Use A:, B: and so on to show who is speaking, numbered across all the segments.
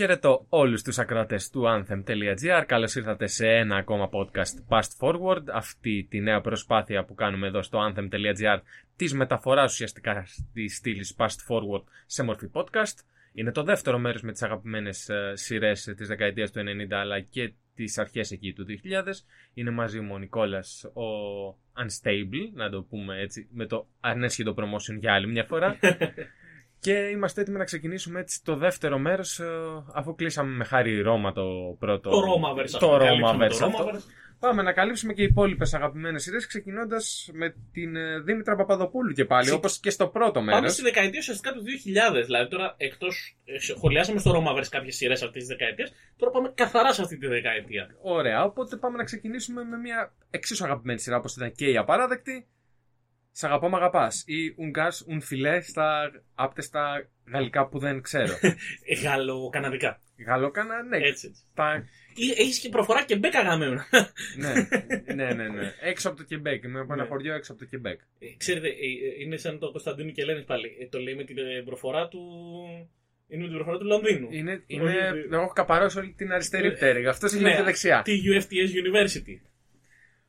A: Χαιρετώ όλους τους ακροατές του Anthem.gr. Καλώς ήρθατε σε ένα ακόμα podcast Past Forward, αυτή τη νέα προσπάθεια που κάνουμε εδώ στο Anthem.gr της μεταφοράς ουσιαστικά της στήλης Past Forward σε μορφή podcast. Είναι το δεύτερο μέρος με τις αγαπημένες ε, σειρές της δεκαετίας του 90 αλλά και τις αρχές εκεί του 2000. Είναι μαζί μου ο Νικόλας ο Unstable, να το πούμε έτσι, με το ανέσχυτο promotion για άλλη μια φορά. Και είμαστε έτοιμοι να ξεκινήσουμε έτσι το δεύτερο μέρος, αφού κλείσαμε με χάρη Ρώμα το πρώτο.
B: Το Romaverse. αυτό,
A: Το
B: καλύψαμε
A: Romaverse.
B: το
A: αυτό.
B: Romaverse.
A: Πάμε να καλύψουμε και οι υπόλοιπες αγαπημένες σειρές, ξεκινώντας με την ε, Δήμητρα Παπαδοπούλου και πάλι,
B: Ξε-
A: όπως και στο πρώτο μέρος.
B: Πάμε στη δεκαετία ουσιαστικά του 2000. Δηλαδή τώρα εκτός. Σχολιάσαμε στο Romaverse κάποιες σειρές αυτής της δεκαετίας. Τώρα πάμε καθαρά σε αυτή τη δεκαετία.
A: Ωραία, οπότε πάμε να ξεκινήσουμε με μια εξίσου αγαπημένη σειρά, όπως ήταν και η Απαράδεκτη. Σ' αγαπώ, μ' αγαπάς. Ή ουνγκά, ουνφιλέ στα άπτεστα γαλλικά που δεν ξέρω.
B: Ε, Γαλλοκαναδικά.
A: Γαλλόκανα, ναι.
B: Έτσι. έτσι.
A: Τα
B: Έχεις και προφορά και μπέκα γαμμένα.
A: ναι, ναι, ναι, ναι. Έξω από το Κεμπέκ. Είμαι από ένα
B: Ναι.
A: χωριό έξω από το Κεμπέκ.
B: Ξέρετε, ε, ε, είναι σαν το Κωνσταντίνου και Ελένης πάλι. Ε, Το λέει με την ε, προφορά του. Είναι με την προφορά του Λονδίνου.
A: Είναι,
B: Όχι,
A: είναι,
B: δεν-
A: εγώ έχω καπαρώσει όλη την αριστερή
B: Ναι.
A: πτέρυγα. Αυτός είναι
B: Ναι.
A: και δεξιά.
B: TUFTS University.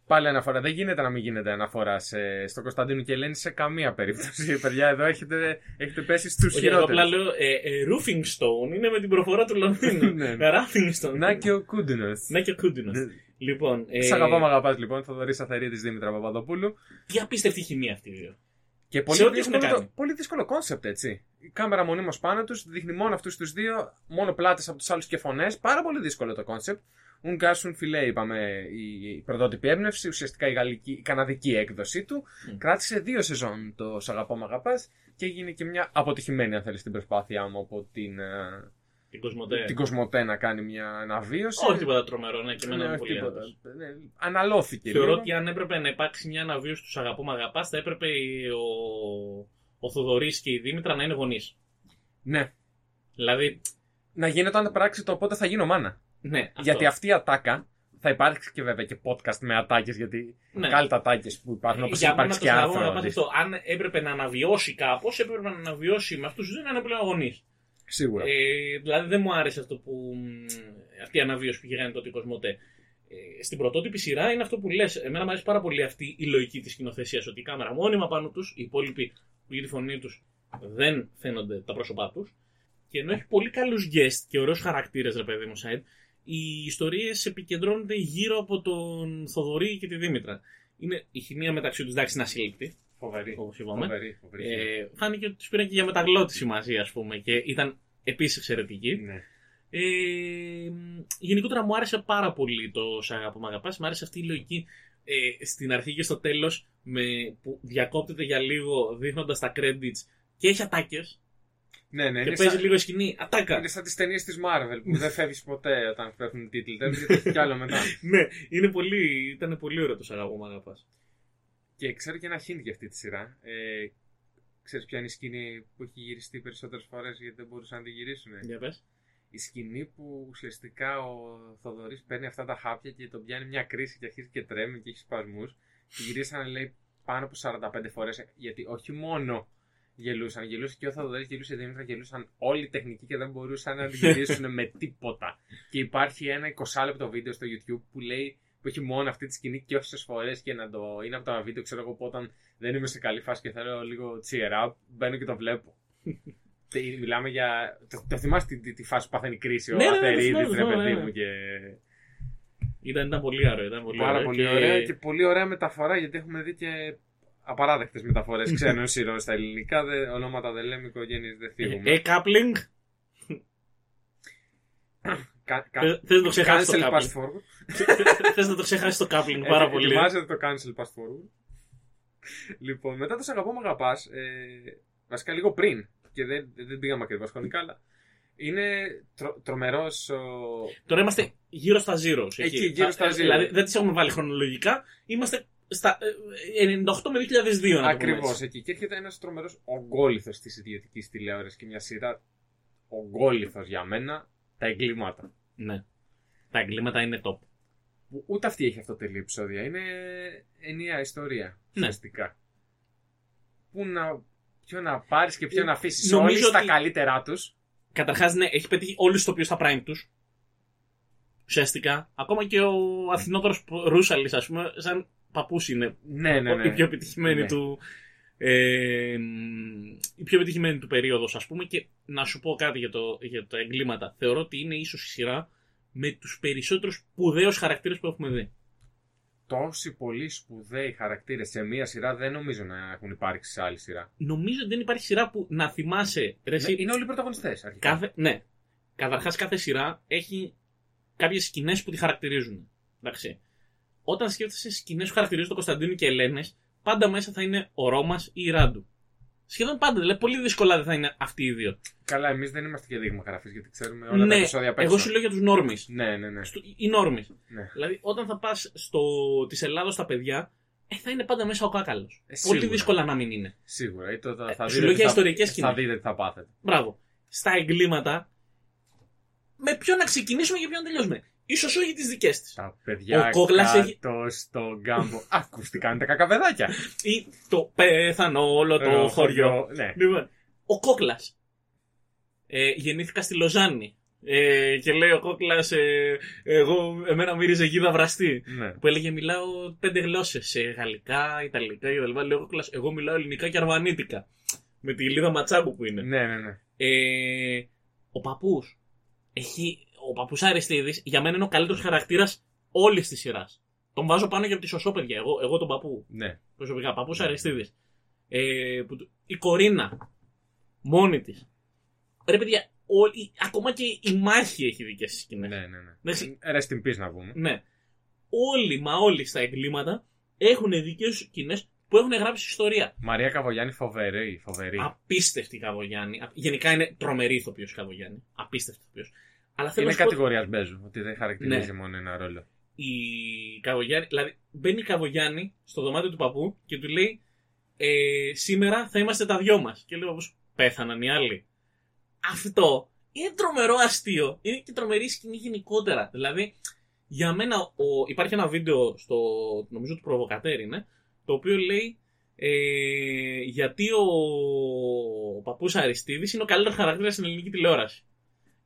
A: Πάλι αναφορά. Δεν γίνεται να μην γίνεται αναφορά σε, στο Κωνσταντίνο και Ελένη σε καμία περίπτωση. Παιδιά, εδώ έχετε, έχετε πέσει στους
B: Όχι, εγώ απλά
A: χειρότερου.
B: λέω ε, ε, Roofing Stone είναι με την προφορά του Λονδίνου.
A: Ναι.
B: Ράφινγκ Stone.
A: Να και ο Κούντινος.
B: Να και ο Κούντινος. Λοιπόν, ε,
A: Σ' αγαπάμε, αγαπάς λοιπόν. Θοδωρή Αθερή της Δήμητρα Παπαδοπούλου.
B: τι απίστευτη χημεία αυτή ε, οι δύο.
A: Και πολύ
B: Σε ό,τι
A: δύσκολο,
B: έχουν
A: το-
B: κάνει.
A: πολύ δύσκολο κόνσεπτ, έτσι. Η κάμερα μονίμως πάνω τους, δείχνει μόνο αυτούς τους δύο, μόνο πλάτες από τους άλλους και φωνές. Πάρα πολύ δύσκολο το κόνσεπτ. Ουνγκάσουν φιλέ, είπαμε, η η πρωτότυπη έμπνευση, ουσιαστικά η, γαλλική, η καναδική έκδοση του.
B: Mm.
A: Κράτησε δύο σεζόν το Σ' αγαπώ, μ' αγαπάς» και έγινε και μια αποτυχημένη, αν θέλεις, την προσπάθειά μου από την, ε,
B: Την Κοσμοτέ.
A: την Κοσμοτέ να κάνει μια αναβίωση.
B: Ναι. Όχι τίποτα τρομερό, ναι, και
A: Ναι,
B: εμένα μου
A: όχι
B: πολύ
A: τίποτα.
B: άρεσε.
A: Ναι, Αναλώθηκε.
B: Θεωρώ
A: λίγο.
B: ότι αν έπρεπε να υπάρξει μια αναβίωση του αγαπώ με αγαπάς, θα έπρεπε η- ο, ο Θοδωρής και η Δήμητρα να είναι γονείς.
A: Ναι.
B: Δηλαδή,
A: Να γίνεται όταν πράξει το πότε θα γίνω μάνα.
B: ναι. Αυτό.
A: Γιατί αυτή η ατάκα θα υπάρξει και βέβαια και podcast με ατάκες, γιατί
B: ναι. Ε,
A: κάλτα ατάκες που υπάρχουν, όπως
B: Για μένα
A: υπάρξει
B: το
A: και δηλαδή.
B: αγαπώ με
A: άρθρο.
B: αγαπάς αυτό. Αν έπρεπε να αναβιώσει κάπως, έπρεπε να αναβιώσει με αυτούς του δύο να είναι πλέον γονεί.
A: Σίγουρα.
B: Ε, δηλαδή δεν μου άρεσε αυτό που. μ, αυτή η αναβίωση που γυρνάει τότε η Κοσμοτέ. Ε, στην πρωτότυπη σειρά είναι αυτό που λες. Εμένα μου αρέσει πάρα πολύ αυτή η λογική της σκηνοθεσίας. Ότι η κάμερα μόνιμα πάνω τους, οι υπόλοιποι που για τη φωνή τους δεν φαίνονται τα πρόσωπά τους. Και ενώ έχει πολύ καλούς guest και ωραίους χαρακτήρες, ρε παιδί μου, site, οι ιστορίες επικεντρώνονται γύρω από τον Θοδωρή και τη Δήμητρα. Είναι η χημεία μεταξύ τους, εντάξει, είναι ασύλληπτη,
A: Φοβερή.
B: όπως είπαμε.
A: Φοβερή. φοβερή.
B: Ε, φάνηκε ότι τους πήραν και για μεταγλώτηση μαζί, ας πούμε, και ήταν επίσης εξαιρετική.
A: ναι.
B: Ε, γενικότερα μου άρεσε πάρα πολύ το Σ' αγαπώ, μ' αγαπάς. Μ' άρεσε αυτή η λογική ε, στην αρχή και στο τέλος με, που διακόπτεται για λίγο δείχνοντας τα credits και έχει ατάκες
A: ναι, ναι.
B: και
A: Είναι
B: παίζει
A: σαν,
B: λίγο η σκηνή. Ατάκα!
A: είναι σαν τις ταινίες της Marvel που δεν φεύγεις ποτέ όταν φεύγουν οι τίτλοι. Δεν έχει κι άλλο μετά.
B: ναι, είναι πολύ, ήταν πολύ ωραίο το Σ' αγαπώ, μ' αγαπάς.
A: Και ξέρω και ένα hint για αυτή τη σειρά. Ε, Ξέρεις ποια είναι η σκηνή που έχει γυριστεί περισσότερες φορές γιατί δεν μπορούσαν να τη γυρίσουν.
B: Για πες.
A: Η σκηνή που ουσιαστικά ο Θοδωρής παίρνει αυτά τα χάπια και τον πιάνει μια κρίση και αρχίζει και τρέμει και έχει σπασμούς. Τη γυρίσανε λέει πάνω από 45 φορές. Γιατί όχι μόνο γελούσαν, γελούσε και ο Θοδωρής, γελούσε η Δήμητρα, γελούσαν όλοι οι τεχνικοί και δεν μπορούσαν να τη γυρίσουν με τίποτα. Και υπάρχει ένα 20 λεπτό βίντεο στο YouTube που λέει που έχει μόνο αυτή τη σκηνή και όσες φορές και να το είναι από τα βίντεο, ξέρω εγώ, που όταν δεν είμαι σε καλή φάση και θέλω λίγο cheer up, μπαίνω και το βλέπω. Τε- Μιλάμε για. Το, το θυμάσαι τη, τη, τη φάση που παθαίνει κρίση ο
B: Ναι, ναι, ναι, το
A: Αθερίδης,
B: θυμάμαι,
A: ρε
B: το θυμάμαι,
A: παιδί
B: ναι.
A: μου. Και...
B: Ήταν, ήταν πολύ ωραίο. Ήταν πολύ
A: Πάρα
B: ωραίο
A: πολύ ωραία και πολύ ωραία μεταφορά γιατί έχουμε δει και απαράδεκτες μεταφορές
B: Ναι.
A: ξένων σειρών στα ελληνικά. Δε, ονόματα δεν λέμε, οικογένειες δεν θίγουμε.
B: Ε, coupling.
A: Κα- κα-
B: Θε- Θες να το ξεχάσεις το
A: Cancel
B: coupling.
A: Fast Forward.
B: Θες να το ξεχάσεις το coupling
A: Ε,
B: πάρα
A: ε,
B: πολύ.
A: Ετοιμάζεται το Cancel Fast Forward. λοιπόν, μετά το Σ' αγαπώ, μ' αγαπάς. Ε, βασικά λίγο πριν. Και δεν, δεν πήγαμε ακριβώς χρονικά, αλλά είναι τρο, τρομερός.
B: Τώρα είμαστε γύρω στα zeros.
A: Εκεί, γύρω στα
B: Ε,
A: zeros.
B: Δηλαδή δεν τις έχουμε βάλει χρονολογικά. Είμαστε στα ε, 98 με 2002, να
A: Ακριβώ εκεί. Και έρχεται ένας τρομερός ογκόλυθο της ιδιωτικής τηλεόρασης και μια σειρά ογκόλυθο για μένα τα εγκλήματα.
B: Ναι. Τα εγκλήματα είναι top.
A: Που ούτε αυτή έχει αυτό το τελείο επεισόδια. Είναι ενιαία
B: Ναι.
A: ιστορία. Ουσιαστικά. Πού να, ποιο να πάρεις και ποιο
B: Ε,
A: να αφήσεις.
B: νομίζω
A: Όλοι στα
B: ότι-
A: καλύτερά τους.
B: Καταρχάς, ναι, έχει πετύχει όλους του οποίου στα prime τους. Ουσιαστικά. Ακόμα και ο Αθηνόδωρο Ρούσαλης, ας πούμε, σαν παππούς είναι.
A: Ναι, ναι,
B: Η
A: ναι.
B: πιο επιτυχημένη
A: Ναι.
B: του. Ε, η πιο επιτυχημένη του περίοδος ας πούμε και να σου πω κάτι για, το, για τα εγκλήματα θεωρώ ότι είναι ίσως η σειρά με τους περισσότερους σπουδαίους χαρακτήρες που έχουμε δει
A: Τόσοι πολλοί σπουδαίοι χαρακτήρες σε μία σειρά δεν νομίζω να έχουν υπάρξει σε άλλη σειρά.
B: νομίζω ότι δεν υπάρχει σειρά που να θυμάσαι ρε, εσύ,
A: Ναι, Είναι όλοι πρωταγωνιστές αρχικά.
B: Κάθε, ναι. Καταρχάς, κάθε σειρά έχει κάποιες σκηνές που τη χαρακτηρίζουν. Εντάξει. Όταν σκέφτεσαι σκηνές που χαρακτηρίζουν τον Κωνσταντίνο και Ελένες, πάντα μέσα θα είναι ο Ρώμα ή η Ράντου. Σχεδόν πάντα. Δηλαδή, πολύ δύσκολα δεν θα είναι αυτοί οι δύο.
A: Καλά, εμείς δεν είμαστε και δείγμα γραφής γιατί ξέρουμε όλα
B: ναι,
A: τα επεισόδια απ'
B: εγώ
A: έξω.
B: σου λέω για τους νόρμε.
A: Ναι, ναι, ναι.
B: Οι νόρμε.
A: Ναι.
B: Δηλαδή, όταν θα πας της Ελλάδος στα παιδιά, ε, θα είναι πάντα μέσα ο κάκαλος.
A: Ε,
B: Πολύ
A: σίγουρα.
B: δύσκολα να μην είναι.
A: Σίγουρα. Ή το, θα,
B: Ε,
A: θα
B: σου
A: δείτε
B: λέω
A: τι
B: για
A: θα-
B: ιστορικές
A: Θα
B: σκηνές.
A: δείτε τι θα πάθετε.
B: Μπράβο. Στα εγκλήματα, με ποιο να ξεκινήσουμε και ποιο να τελειώσουμε. Ίσως όχι τις δικές της.
A: Τα παιδιά
B: Ο Κόκλας
A: κάτω
B: έχει-
A: στον κάμπο. Ακούστηκαν τα κακαβεδάκια.
B: ή το πέθανε όλο το
A: Ε,
B: χωριό.
A: Ναι.
B: Λοιπόν, ο Κόκλα. Ε, γεννήθηκα στη Λοζάνη. Ε, και λέει ο Κόκλα, εγώ, εμένα μύριζε γίδα βραστή.
A: ναι.
B: Που έλεγε μιλάω πέντε γλώσσες. Ε, γαλλικά, ιταλικά κτλ. Λέει ο Κόκλα, εγώ μιλάω ελληνικά και αρβανίτικα. Με τη Λίδα Ματσάκου που είναι.
A: Ναι, ναι, ναι.
B: Ε, ο παππούς. Έχει, ο παππούς Αριστίδης για μένα είναι ο καλύτερος χαρακτήρας όλης της σειράς. Τον βάζω πάνω και από τη σωσόπαιδια. Εγώ, εγώ τον παππού
A: ναι.
B: προσωπικά, παππούς Αριστίδης. Ε, που του- η Κορίνα, μόνη της. Ρε παιδιά, όλοι, ακόμα και η μάχη έχει δικές της σκηνές.
A: Ναι, ναι, ναι.
B: Εντάξει.
A: Rest in peace να πούμε.
B: Ναι. Όλοι, μα όλοι στα εγκλήματα έχουν δικέ του σκηνές που έχουν γράψει ιστορία.
A: Μαρία Καβογιάννη φοβερή, φοβερή.
B: Απίστευτη Καβογιάννη. Α- Γενικά είναι τρομερή ηθοποιός Καβογιάννη. Απίστευτη ηθοποιός. Αλλά θέλω
A: είναι
B: να Ναι. σου πω
A: κατηγορίας Μπέζου, ότι δεν χαρακτηρίζει μόνο ένα ρόλο.
B: η Καβογιάννη, δηλαδή μπαίνει η Καβογιάννη στο δωμάτιο του παππού και του λέει ε, σήμερα θα είμαστε τα δυο μας. Και λέει ο παππούς, πέθαναν οι άλλοι. Αυτό είναι τρομερό αστείο. Είναι και τρομερή σκηνή γενικότερα. Δηλαδή, για μένα ο, υπάρχει ένα βίντεο στο, νομίζω του Προβοκατέρ είναι, το οποίο λέει ε, γιατί ο, ο παππούς Αριστίδης είναι ο καλύτερος χαρακτήρας στην ελληνική τηλεόραση.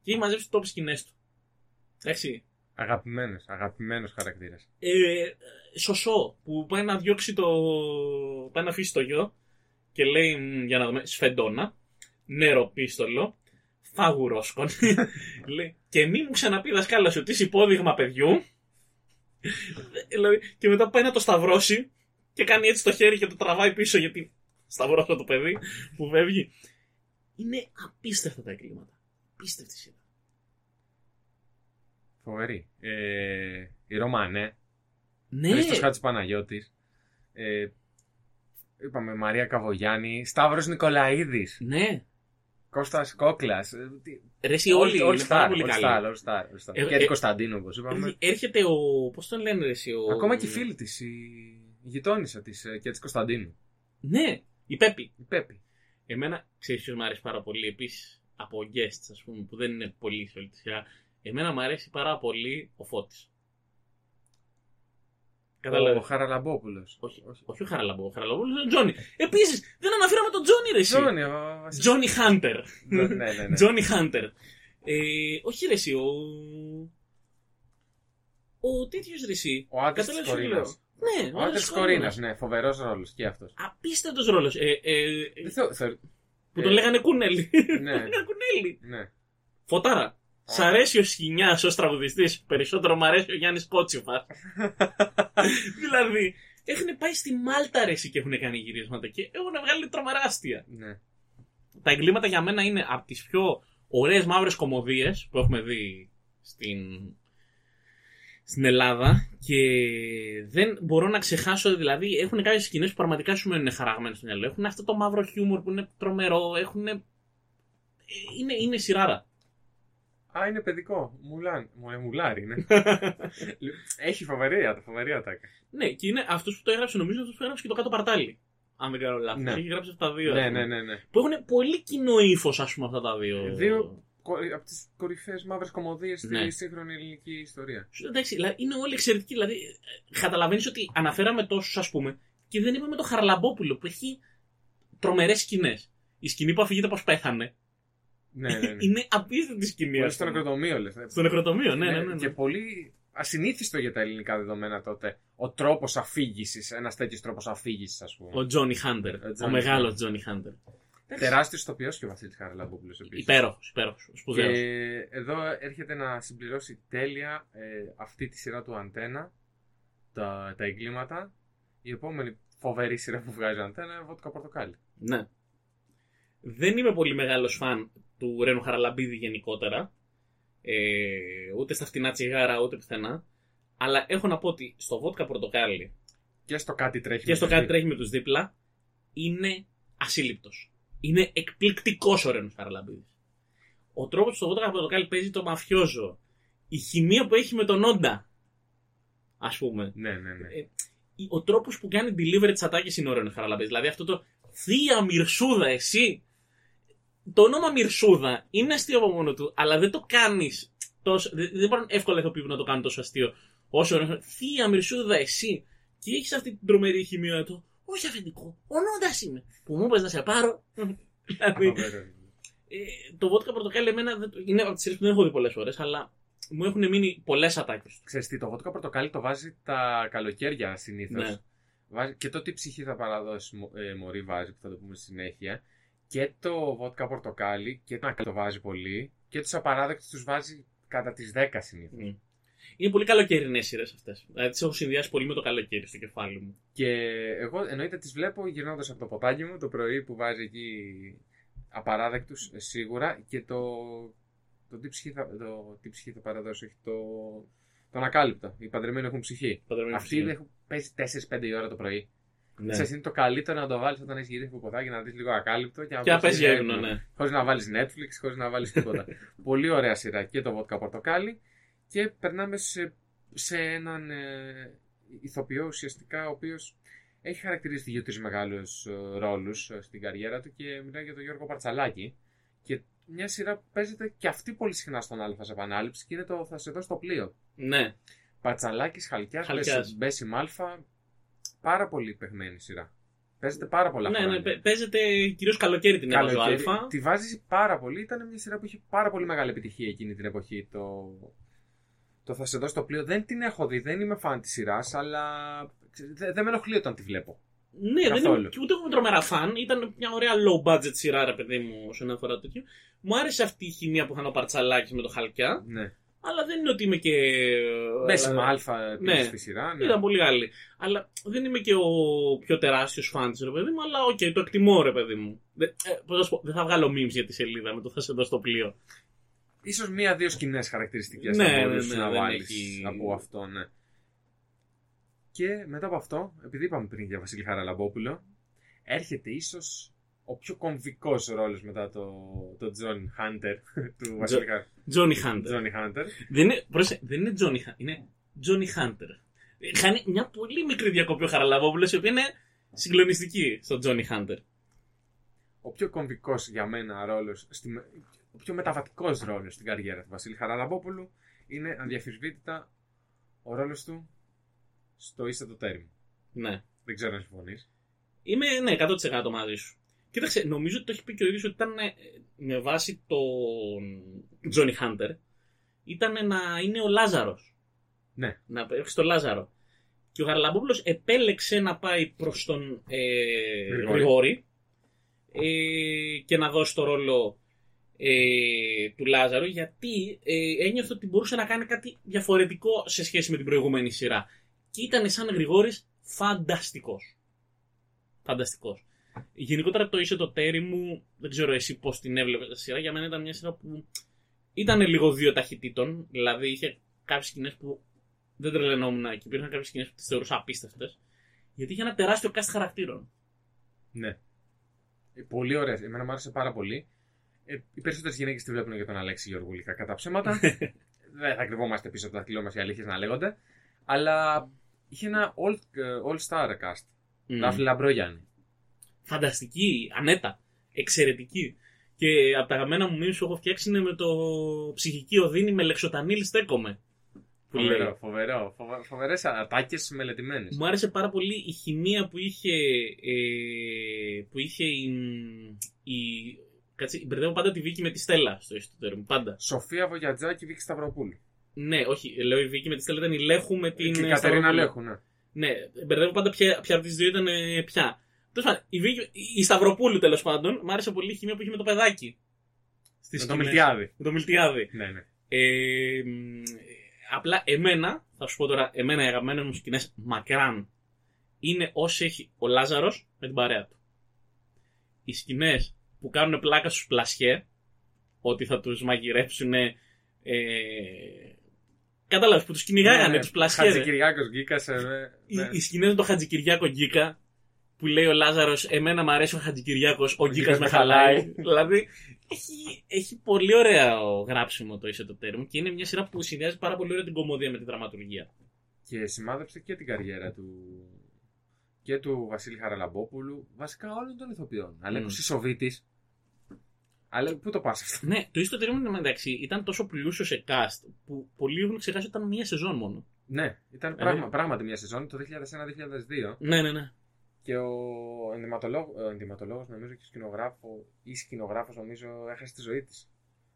B: Και έχει μαζέψει top σκηνές του. Εντάξει,
A: Αγαπημένος, αγαπημένος χαρακτήρας.
B: ε, σωσό που πάει να διώξει το. πάει να αφήσει το γιο και λέει μ, για να δούμε σφεντόνα, νεροπίστολο, φαγουρόσκον. λέει, και μη μου ξαναπεί δασκάλα σου ότι είσαι υπόδειγμα παιδιού. δηλαδή, και μετά πάει να το σταυρώσει και κάνει έτσι το χέρι και το τραβάει πίσω γιατί σταυρώσε το παιδί που φεύγει. Είναι απίστευτα τα εγκλήματα. Απίστευτη σειρά.
A: Φοβερή. Ε, η Ρωμανέ,
B: Ναι,
A: Χρήστος Χάτσης Παναγιώτης. Ε, είπαμε Μαρία Καβογιάννη, Σταύρος Νικολαίδης,
B: ναι.
A: Κώστας Κόκλας. ε, τι-
B: Ρε, εσύ όλοι,
A: all
B: είναι
A: star,
B: πάρα πολύ
A: all
B: καλοί.
A: star, all star, all star.
B: Ε,
A: Και
B: ε,
A: την Κωνσταντίνου, όπως είπαμε.
B: Έρχε- Έρχεται ο. Πώς τον λένε, ρε, εσύ, ο...
A: Ακόμα και η φίλη της, η η γειτόνισσα της, ε, και της Κωνσταντίνου.
B: Ναι, η Πέπη.
A: Η Πέπη.
B: Εμένα, ξέρεις ποιος μου αρέσει πάρα πολύ επίσης από guests, ας πούμε, που δεν είναι πολύ σε όλη τη σειρά. Εμένα μου αρέσει πάρα πολύ ο Φώτης. Κατάλαβες.
A: Ο Χαραλαμπόπουλος.
B: Όχι, όχι ο Χαραλαμπό, ο Χαραλαμπόπουλος είναι ο Τζόνι. Επίσης, δεν αναφέραμε τον Τζόνι, ρε. εσύ.
A: Τζόνι, ο...
B: Τζόνι Χάντερ.
A: Ναι, ναι, ναι.
B: Τζόνι Χάντερ. Ε, όχι, ρε, εσύ, ο. Ο τέτοιος ρε. εσύ.
A: Ο άντρας της
B: Κατάλαβες τι λέω.
A: Κορίνας.
B: Ναι,
A: Ο άντρας της Κορίνας, ναι, φοβερός ρόλος και αυτός.
B: Απίστευτος ρόλος. Ε, ε, ε,
A: Δεν θεω- θεω-
B: που
A: ε,
B: τον λέγανε Κούνελη.
A: Ναι.
B: Τον λέγανε Κουνέλη.
A: Ναι.
B: Φωτάρα. Σ' αρέσει ο Σχοινιά ως τραγουδιστής. Περισσότερο μ' αρέσει ο Γιάννης Κότσιφα. δηλαδή, έχουν πάει στη Μάλτα ρε, εσύ, και έχουν κάνει γυρίσματα και έχουν βγάλει τρομερά αστεία.
A: Ναι.
B: Τα εγκλήματα για μένα είναι από τις πιο ωραίες μαύρες κομμωδίες που έχουμε δει στην, στην Ελλάδα και δεν μπορώ να ξεχάσω, δηλαδή έχουν κάποιες σκηνές που πραγματικά σου μένουν χαραγμένες στο μυαλό. Έχουν αυτό το μαύρο χιούμορ που είναι τρομερό, έχουν. ε, Είναι, είναι σειράρα.
A: Α, είναι παιδικό. Μουλάν. Μου- ε, Μουλάρι είναι. Έχει φοβερή ατάκα. Φοβερή ατάκα.
B: ναι, και είναι αυτός που το έγραψε, νομίζω αυτός που έγραψε και το κάτω παρτάλι. Αν δεν κάνω λάθος.
A: Ναι.
B: Έχει γράψει αυτά τα δύο. ας
A: ναι,
B: πούμε.
A: ναι, ναι, ναι.
B: Που έχουν πολύ κοινό ύφος, ας πούμε, αυτά τα δύο.
A: Δύο- Από τις κορυφαίες μαύρες κομμωδίες στη
B: Ναι.
A: σύγχρονη ελληνική ιστορία.
B: Σου λέω, Εντάξει, δηλαδή, είναι όλοι εξαιρετικοί. Δηλαδή, ε, καταλαβαίνεις ότι αναφέραμε τόσους, ας πούμε, και δεν είπαμε το Χαραλαμπόπουλο που έχει τρομερές σκηνές. Η σκηνή που αφηγείται πω πέθανε.
A: Ναι, ναι, ναι.
B: είναι απίστευτη σκηνή.
A: Πολύ
B: ας
A: στο
B: πούμε.
A: νεκροτομείο, λες. ναι.
B: Στο νεκροτομείο, ναι, ναι, ναι.
A: Και
B: ναι.
A: πολύ ασυνήθιστο για τα ελληνικά δεδομένα τότε. Ο τρόπος αφήγησης, ένας τέτοιος τρόπος αφήγησης, ας πούμε.
B: Ο Τζόνι Χάντερ.
A: Ο
B: Ο
A: Johnny
B: μεγάλο Τζόνι Χάντερ.
A: Τεράστιο ηθοποιό και ο Βασίλης Χαραλαμπόπουλος επίσης.
B: Υπέροχος, υπέροχος.
A: Και
B: Σπουδαίο.
A: εδώ έρχεται να συμπληρώσει τέλεια ε, αυτή τη σειρά του Αντένα, τα, τα εγκλήματα. Η επόμενη φοβερή σειρά που βγάζει ο Αντένα, Βότκα Πορτοκάλι.
B: Ναι. Δεν είμαι πολύ μεγάλος φαν του Ρένου Χαραλαμπίδη γενικότερα. Ε, ούτε στα φτηνά τσιγάρα, ούτε πουθενά. Αλλά έχω να πω ότι στο βότκα πορτοκάλι
A: Και στο κάτι τρέχει.
B: και
A: με
B: στο
A: τη
B: κάτι
A: ζωή.
B: τρέχει με τους δίπλα είναι ασύλληπτος. Είναι εκπληκτικός ο Ρένος Χαραλαμπίδη. Ο τρόπος που στο βότκα πορτοκάλι παίζει το μαφιόζο. Η χημεία που έχει με τον Όντα. Ας πούμε
A: Ναι, ναι,
B: Ε,
A: ναι.
B: ο τρόπος που κάνει delivery της ατάκης είναι ωραίο Χαραλαμπή. Δηλαδή αυτό το Θεία Μυρσούδα, εσύ. Το όνομα Μυρσούδα είναι αστείο από μόνο του, αλλά δεν το κάνεις τόσο. δε- Δεν μπορούν εύκολα ηθοποιοί να το κάνουν τόσο αστείο. Όσο είναι. Θεία Μυρσούδα, εσύ. Και έχεις αυτή την τρομερή χημεία του. Όχι αφεντικό, ονόντα είμαι. Που μου είπες να σε πάρω. δηλαδή,
A: Φοβερό.
B: ε, το βότκα πορτοκάλι εμένα δεν το- είναι από τις σειρές που δεν έχω δει πολλές φορές, αλλά μου έχουν μείνει πολλές ατάκες του.
A: Ξέρεις τι, το βότκα πορτοκάλι το βάζει τα καλοκαίρια συνήθως.
B: Ναι.
A: Και το τι ψυχή θα παραδώσει μο- ε, Μωρή βάζει, που θα το πούμε στη συνέχεια. Και το βότκα πορτοκάλι και το το βάζει πολύ. Και τους απαράδεκτους τους βάζει κατά τις 10 συνήθω.
B: Mm. Είναι πολύ καλοκαιρινές σειρές αυτές. Δηλαδή τις έχω συνδυάσει πολύ με το καλοκαίρι στο κεφάλι μου.
A: Και εγώ εννοείται τις βλέπω γυρνώντας από το ποτάκι μου το πρωί που βάζει εκεί απαράδεκτους σίγουρα. Και το, το, τι ψυχή θα, το τι ψυχή θα παραδώσει, όχι το. Τον ακάλυπτο. Οι παντρεμένοι έχουν ψυχή.
B: Παντρεμένη
A: Αυτή
B: ψυχή.
A: δεν έχουν- παίζει 4-5 η ώρα το πρωί.
B: Ναι.
A: Ξέρεις, είναι το καλύτερο να το βάλεις όταν έχεις γυρίσει ποτάκι να δεις λίγο ακάλυπτο και να
B: Και να
A: πας
B: πες για ύπνο, ναι.
A: Χωρίς να βάλεις Netflix, χωρίς να βάλεις τίποτα. Πολύ ωραία σειρά και το βότκα πορτοκάλι. Και περνάμε σε, σε έναν ε, ηθοποιό ουσιαστικά ο οποίος έχει χαρακτηρίσει δύο-τρει μεγάλου ρόλους ε, στην καριέρα του και μιλάει για τον Γιώργο Παρτσαλάκη. Και μια σειρά που παίζεται και αυτή πολύ συχνά στον Αλφα σε επανάληψη και είναι το Θα σε δω στο πλοίο.
B: Ναι.
A: Πατσαλάκη, Χαλκιάς,
B: Χαλκιάς.
A: Μπέση Μάλφα. Πάρα πολύ παιγμένη σειρά. Παίζεται πάρα πολλά
B: Ναι,
A: χρόνια.
B: ναι, παι- παίζεται κυρίως καλοκαίρι την έβαζε ο
A: Καλοκαίρι.
B: Α.
A: Τη βάζει πάρα πολύ. Ήταν μια σειρά που είχε πάρα πολύ μεγάλη επιτυχία εκείνη την εποχή. Το, το θα σε δω στο πλοίο. Δεν την έχω δει, δεν είμαι φαν της σειράς, αλλά ξέρεις, δε- δεν με ενοχλεί όταν τη βλέπω.
B: Ναι, δεν
A: Καθόλου.
B: είμαι, και ούτε εγώ είμαι τρομερά φαν. Ήταν μια ωραία low budget σειρά, ρε παιδί μου, όσον αφορά τέτοιο. Μου άρεσε αυτή η χημεία που είχαν ο Παρτσαλάκης με το χαλκιά,
A: Ναι.
B: αλλά δεν είναι ότι είμαι και.
A: Μπέση με
B: αλλά-
A: αλφα πήγε
B: Ε, ναι.
A: στη σειρά. Ναι.
B: Ήταν πολύ άλλη. Αλλά δεν είμαι και ο πιο τεράστιος φαν της, ρε παιδί μου, αλλά οκ, το εκτιμώ, ρε παιδί μου. Δε, ε, πώς να σου πω, δεν θα βγάλω memes για τη σελίδα με το θα σε δω στο πλοίο.
A: Ίσως μία-δύο σκηνές χαρακτηριστικές
B: Ναι,
A: να
B: ναι,
A: μπορούσε
B: ναι,
A: να
B: δεν
A: βάλεις
B: έχει-
A: από αυτό, ναι. Και μετά από αυτό, επειδή είπαμε πριν για Βασίλη Χαραλαμπόπουλο, έρχεται ίσως ο πιο κομβικός ρόλος μετά το, το John Hunter του Βασίλη Χα-
B: Johnny Hunter.
A: Johnny Hunter.
B: Δεν είναι, πρόσεχε, δεν είναι Johnny Hunter, είναι Johnny Hunter. Ε, Χάνει μια πολύ μικρή διακοπή ο Χαραλαβόπουλο, η οποία είναι συγκλονιστική στο Johnny Hunter.
A: Ο πιο κομβικός για μένα ρόλος, ο πιο μεταβατικός ρόλος στην καριέρα του Βασίλη Χαραλαμπόπουλου είναι αδιαφυσβήτητα ο ρόλος του στο Είστε το τέρι μου.
B: Ναι.
A: Δεν ξέρω αν συμφωνείς.
B: Είμαι, ναι, 100% μαζί σου. Κοίταξε, νομίζω ότι το έχει πει και ο ίδιος ότι ήταν ε, με βάση τον Johnny Hunter, ήταν να είναι ο Λάζαρος.
A: Ναι.
B: Να παίξει τον Λάζαρο. Και ο Χαραλαμπόπουλος επέλεξε να πάει προς τον ε,
A: Γρηγόρη.
B: Γρηγόρη ε, και να δώσει το ρόλο ε, του Λάζαρου γιατί ε, ένιωθε ότι μπορούσε να κάνει κάτι διαφορετικό σε σχέση με την προηγούμενη σειρά. Και ήταν σαν Γρηγόρης φανταστικός. Φανταστικός. Γενικότερα το είσαι το τέρι μου, δεν ξέρω εσύ πώς την έβλεπες τη σειρά, για μένα ήταν μια σειρά που ήταν λίγο δύο ταχυτήτων, δηλαδή είχε κάποιες σκηνές που δεν τρελαινόμουν και υπήρχαν κάποιες σκηνές που τις θεωρούσα απίστευτες, γιατί είχε ένα τεράστιο cast χαρακτήρων.
A: Ναι. Ε, Πολύ ωραία. Εμένα μου άρεσε πάρα πολύ. Ε, οι περισσότερες γυναίκες τη βλέπουν για τον Αλέξη Γεωργουλικά κατά ψέματα. Δεν θα κρυβόμαστε πίσω από τα δαχτυλό μα οι αλήθειες να λέγονται. Αλλά είχε ένα all, all star cast. Mm. Ράφιλ Λαμπρόγιαννη.
B: φανταστική, ανέτα, εξαιρετική. Και από τα αγαπημένα μου μήνυμα που έχω φτιάξει είναι με το ψυχική οδύνη με λεξοτανίλ στέκομαι. Που λέει.
A: Φοβερό, φοβερό. Φοβερές ατάκες μελετημένες.
B: Μου άρεσε πάρα πολύ η χημεία που είχε, ε, που είχε η, η Κάτσε, μπερδεύω πάντα τη Βίκη με τη Στέλλα στο ιστοτέρ μου. Πάντα.
A: Σοφία Βογιατζάκη, Βίκη Σταυροπούλου.
B: Ναι, όχι. Λέω η Βίκη με τη Στέλλα ήταν η Λέχου με την.
A: και η
B: ε,
A: Κατερίνα
B: Σταυροπούλου.
A: Λέχου, ναι.
B: Ναι, μπερδεύω πάντα ποια, ποια από τις δύο ήταν ε, ποια. Τέλος πάντων, η, Βίκη, η Σταυροπούλου τέλος πάντων, μ' άρεσε πολύ η χημία που είχε με το παιδάκι. Στις
A: Με το
B: σκηνές.
A: Μιλτιάδη.
B: Με το Μιλτιάδη.
A: Ναι, ναι.
B: Ε, μ, απλά εμένα, θα σου πω τώρα, εμένα οι αγαπημένες μου σκηνές μακράν είναι όσοι έχει ο Λάζαρος με την παρέα του. Οι σκηνές που κάνουν πλάκα στους πλασιέ, ότι θα τους μαγειρέψουν. Ε, Κατάλαβες που τους κυνηγάγανε του πλασιέ. ρε.
A: Ναι, Χατζικυριάκος Γκίκας, ε, ναι,
B: Οι,
A: ναι.
B: οι σκηνές με τον Χατζικυριάκο Γκίκα που λέει ο Λάζαρος, Εμένα μου αρέσει ο Χατζικυριάκος, ο Γκίκας
A: Γκίκας
B: με
A: με
B: χαλάει.
A: χαλάει.
B: δηλαδή έχει, έχει πολύ ωραίο γράψιμο το είσαι το τέρμα και είναι μια σειρά που συνδυάζει πάρα πολύ ωραία την κομμωδία με τη δραματουργία.
A: Και σημάδεψε και την καριέρα του και του Βασίλη Χαραλαμπόπουλου, βασικά όλων των ηθοποιών.
B: Mm.
A: Αλέκος Ισοβίτης. Αλλά πού το πας αυτό.
B: Ναι, το είσαι το τέρμα μεταξύ ήταν τόσο πλούσιο σε cast που πολλοί έχουν ξεχάσει ότι ήταν μία σεζόν μόνο.
A: Ναι, ήταν
B: Ναι.
A: πράγμα, πράγματι μια σεζόν το 2001-2002
B: Ναι, ναι, ναι.
A: και ο ενδυματολόγο- ο ενδυματολόγος νομίζω και σκηνογράφο ή σκηνογράφος νομίζω έχασε τη ζωή της.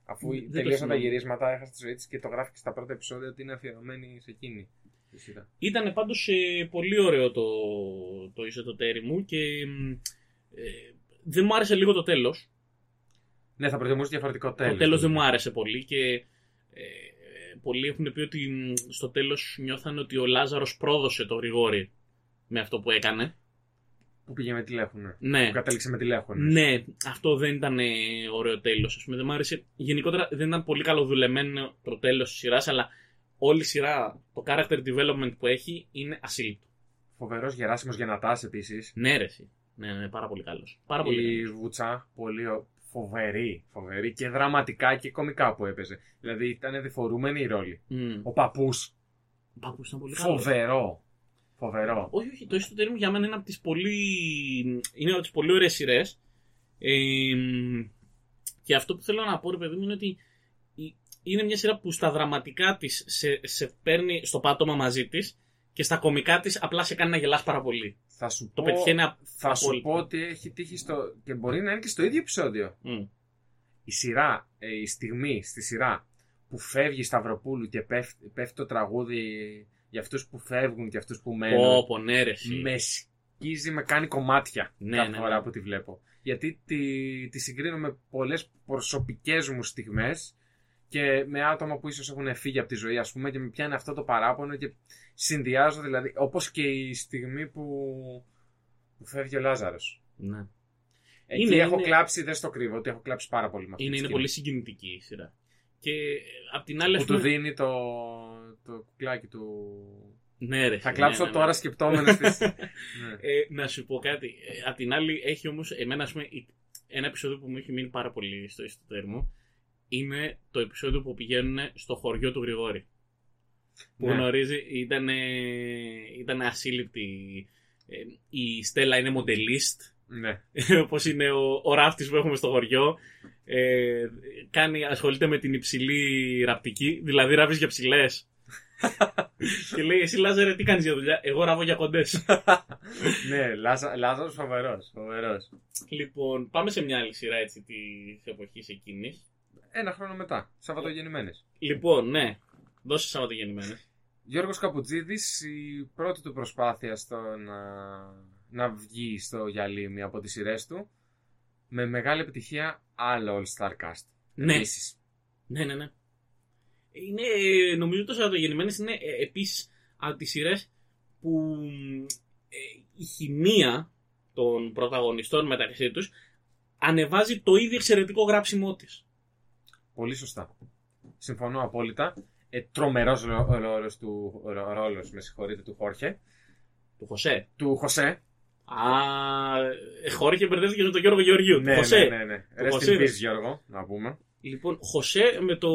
A: Αφού
B: Δεν το
A: τελείωσαν τα
B: θυμάμαι.
A: γυρίσματα έχασε τη ζωή της και το γράφει και στα πρώτα επεισόδια ότι είναι αφιερωμένη σε εκείνη. τη σειρά.
B: Ήταν πάντως ε, πολύ ωραίο το, το είσαι το τέρι μου και ε, δεν μου άρεσε λίγο το τέλος.
A: Ναι, θα προτιμούσε διαφορετικό τέλος.
B: Το τέλος δεν μου άρεσε πολύ και ε, πολλοί έχουν πει ότι μ, στο τέλος νιώθαν ότι ο Λάζαρος πρόδωσε το Γρηγόρη με αυτό που έκανε.
A: Που πήγε με τηλέφωνο.
B: Ναι,
A: Που κατέληξε με τηλέφωνο.
B: ναι αυτό δεν ήταν ε, ωραίο τέλος. Ας πούμε, δεν μου άρεσε. Γενικότερα δεν ήταν πολύ καλοδουλεμένο το τέλος της σειράς, αλλά όλη η σειρά, το character development που έχει είναι ασύλληπτο.
A: Φοβερός Γεράσιμος Γενατά επίσης.
B: Ναι, ρε, εσύ. Ναι, ναι, πάρα πολύ καλός. Πάρα πολύ
A: Η
B: καλός.
A: Βουτσά, πολύ ο- φοβερή, φοβερή και δραματικά και κομικά που έπαιζε. Δηλαδή ήταν διφορούμενη η ρόλη.
B: Μμ.
A: Ο παππούς,
B: Παππούς ήταν πολύ καλός.
A: φοβερό. Φοβερό.
B: Όχι, όχι. Το Ιστοτέρι μου για μένα είναι από τις πολύ. είναι από τις πολύ ωραίες σειρές. Ε, και αυτό που θέλω να πω, ρε παιδί μου, είναι ότι η- είναι μια σειρά που στα δραματικά της σε, σε παίρνει στο πάτωμα μαζί της και στα κομικά της απλά σε κάνει να γελάς πάρα πολύ.
A: Θα σου
B: Το
A: πω,
B: πετυχαίνει. απ-
A: θα σου
B: απόλυτα.
A: πω ότι έχει τύχει στο. και μπορεί να είναι και στο ίδιο επεισόδιο.
B: Μμ.
A: Η σειρά, ε, η στιγμή στη σειρά που φεύγει Σταυροπούλου και πέφτει, πέφτει το τραγούδι για αυτούς που φεύγουν και αυτούς που μένουν.
B: Πω, πω, ναι, ρε, εσύ.
A: με σκίζει, με κάνει κομμάτια
B: Ναι,
A: κάθε
B: ναι,
A: φορά
B: ναι.
A: που τη βλέπω. Γιατί τη, τη συγκρίνω με πολλές προσωπικές μου στιγμές και με άτομα που ίσως έχουν φύγει από τη ζωή ας πούμε και με πιάνει αυτό το παράπονο και συνδυάζω δηλαδή όπως και η στιγμή που, που φεύγει ο Λάζαρος.
B: Ναι.
A: Εκεί
B: Είναι,
A: έχω
B: είναι-
A: κλάψει, δεν στο κρύβω, ότι έχω κλάψει πάρα πολύ με αυτή
B: Είναι,
A: τη
B: είναι
A: σκηνή.
B: πολύ συγκινητική η σειρά. Και απ' την άλλη.
A: Που
B: ας
A: του
B: πούμε-
A: δίνει το, το κουκλάκι του...
B: Ναι, ρε,
A: Θα
B: εσύ,
A: κλάψω
B: ναι, ναι, ναι.
A: τώρα σκεπτόμενος της... ναι.
B: Ε, να σου πω κάτι. Ε, απ' την άλλη, έχει όμως. Εμένα, ας πούμε, η- ένα επεισόδιο που μου έχει μείνει πάρα πολύ στο ιστοτέρμο είναι το επεισόδιο που πηγαίνουν στο χωριό του Γρηγόρη. Που
A: Ναι.
B: γνωρίζει, ήταν, ήτανε ασύλληπτη. Ε, η Στέλλα είναι μοντελίστ,
A: ναι.
B: όπως είναι ο, ο ράφτης που έχουμε στο χωριό. Ε, κάνει, ασχολείται με την υψηλή ραπτική, δηλαδή ράβεις για ψηλές. και λέει, εσύ Λάζαρε, τι κάνεις για δουλειά, εγώ ράβω για κοντές.
A: ναι, Λάζα- Λάζαρος φοβερός, φοβερός.
B: Λοιπόν, πάμε σε μια άλλη σειρά έτσι της εποχής εκείνης.
A: Ένα χρόνο μετά, Σαββατογεννημένες.
B: Λοιπόν, ναι, δώσε Σαββατογεννημένε.
A: Γιώργος Καπουτζίδης, η πρώτη του προσπάθεια στο να, να βγει στο γυαλί μία από τις σειρές του, με μεγάλη επιτυχία άλλο All Star Cast.
B: Ναι.
A: Επίσης.
B: Ναι, ναι, ναι. Είναι, ε, νομίζω το Σαββατογεννημένε είναι επίσης από τις σειρές που ε, η χημεία των πρωταγωνιστών μεταξύ τους ανεβάζει το ίδιο εξαιρετικό γράψιμό της.
A: Πολύ σωστά. Συμφωνώ απόλυτα. Ε, τρομερός ρο- ρόλος του, ρο- ρόλος, με συγχωρείτε, του Χόρχε.
B: Του Χωσέ.
A: Του Χωσέ.
B: Α, ε, χώρηκε μπερδεύτηκε με τον Γιώργο Γεωργιού. του Χωσέ.
A: ναι, ναι, ναι. Rest
B: Χωσέ,
A: in
B: ρε.
A: peace, Γιώργο, να πούμε.
B: Λοιπόν, Χωσέ με, το...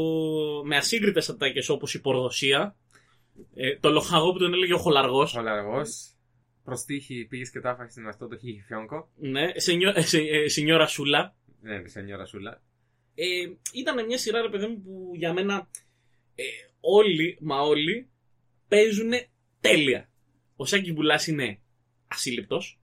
B: με ασύγκριτες ατάκες όπως η πορδοσία, ε, το λοχαγό που τον έλεγε ο Χολαργός,
A: Χολαργός. Προστίχη πήγες και τάφαχες στην αυτό το χίχι φιόγκο.
B: ναι, σενιό- ε, σε, ε, σενιόρα Σούλα.
A: Ναι, σενιό Ρασούλα.
B: Ε, ήταν μια σειρά, ρε παιδί μου, που για μένα ε, όλοι, μα όλοι, παίζουν τέλεια. Ο Σάκης Μπουλάς είναι ασύλληπτος.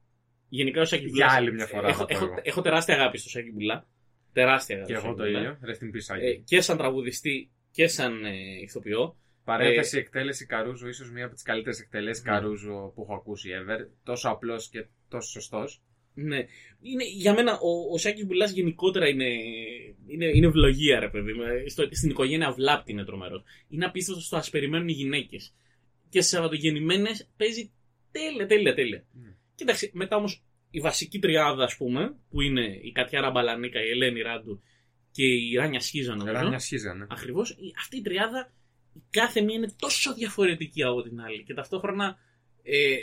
B: Γενικά ο Σάκης
A: Για
B: Μπουλάς...
A: άλλη μια φορά
B: έχω,
A: θα πω
B: έχω,
A: εγώ.
B: έχω τεράστια αγάπη στο Σάκη Μπουλά. Τεράστια
A: Και εγώ το
B: γραφικότητα.
A: ίδιο. Rest in peace, Άκη.
B: Ε, και σαν τραγουδιστή και σαν ε, ηθοποιό. ε,
A: Παρένθεση εκτέλεση Καρούζο, ίσως μία από τις καλύτερες εκτελέσεις
B: Mm.
A: Καρούζο που έχω ακούσει ever. Τόσο απλός και τόσο σωστός.
B: Ναι. Είναι, για μένα ο, ο Σάκης Μπουλάς γενικότερα είναι, είναι, είναι ευλογία, ρε παιδί. μου. Ε, Στο, στην οικογένεια βλάπτη είναι τρομερός. Είναι απίστευτο στο ας περιμένουν οι γυναίκες. Και στι Σαββατογεννημένες παίζει τέλεια, τέλεια, τέλεια.
A: Mm.
B: Κοίταξε, μετά όμως η βασική τριάδα, ας πούμε, που είναι η Κατιάρα Μπαλανίκα, η Ελένη Ράντου και η Ράνια Σχίζα, νομίζω.
A: Ράνια σχίζανε.
B: Ακριβώ αυτή η τριάδα, η κάθε μία είναι τόσο διαφορετική από την άλλη. Και ταυτόχρονα ε,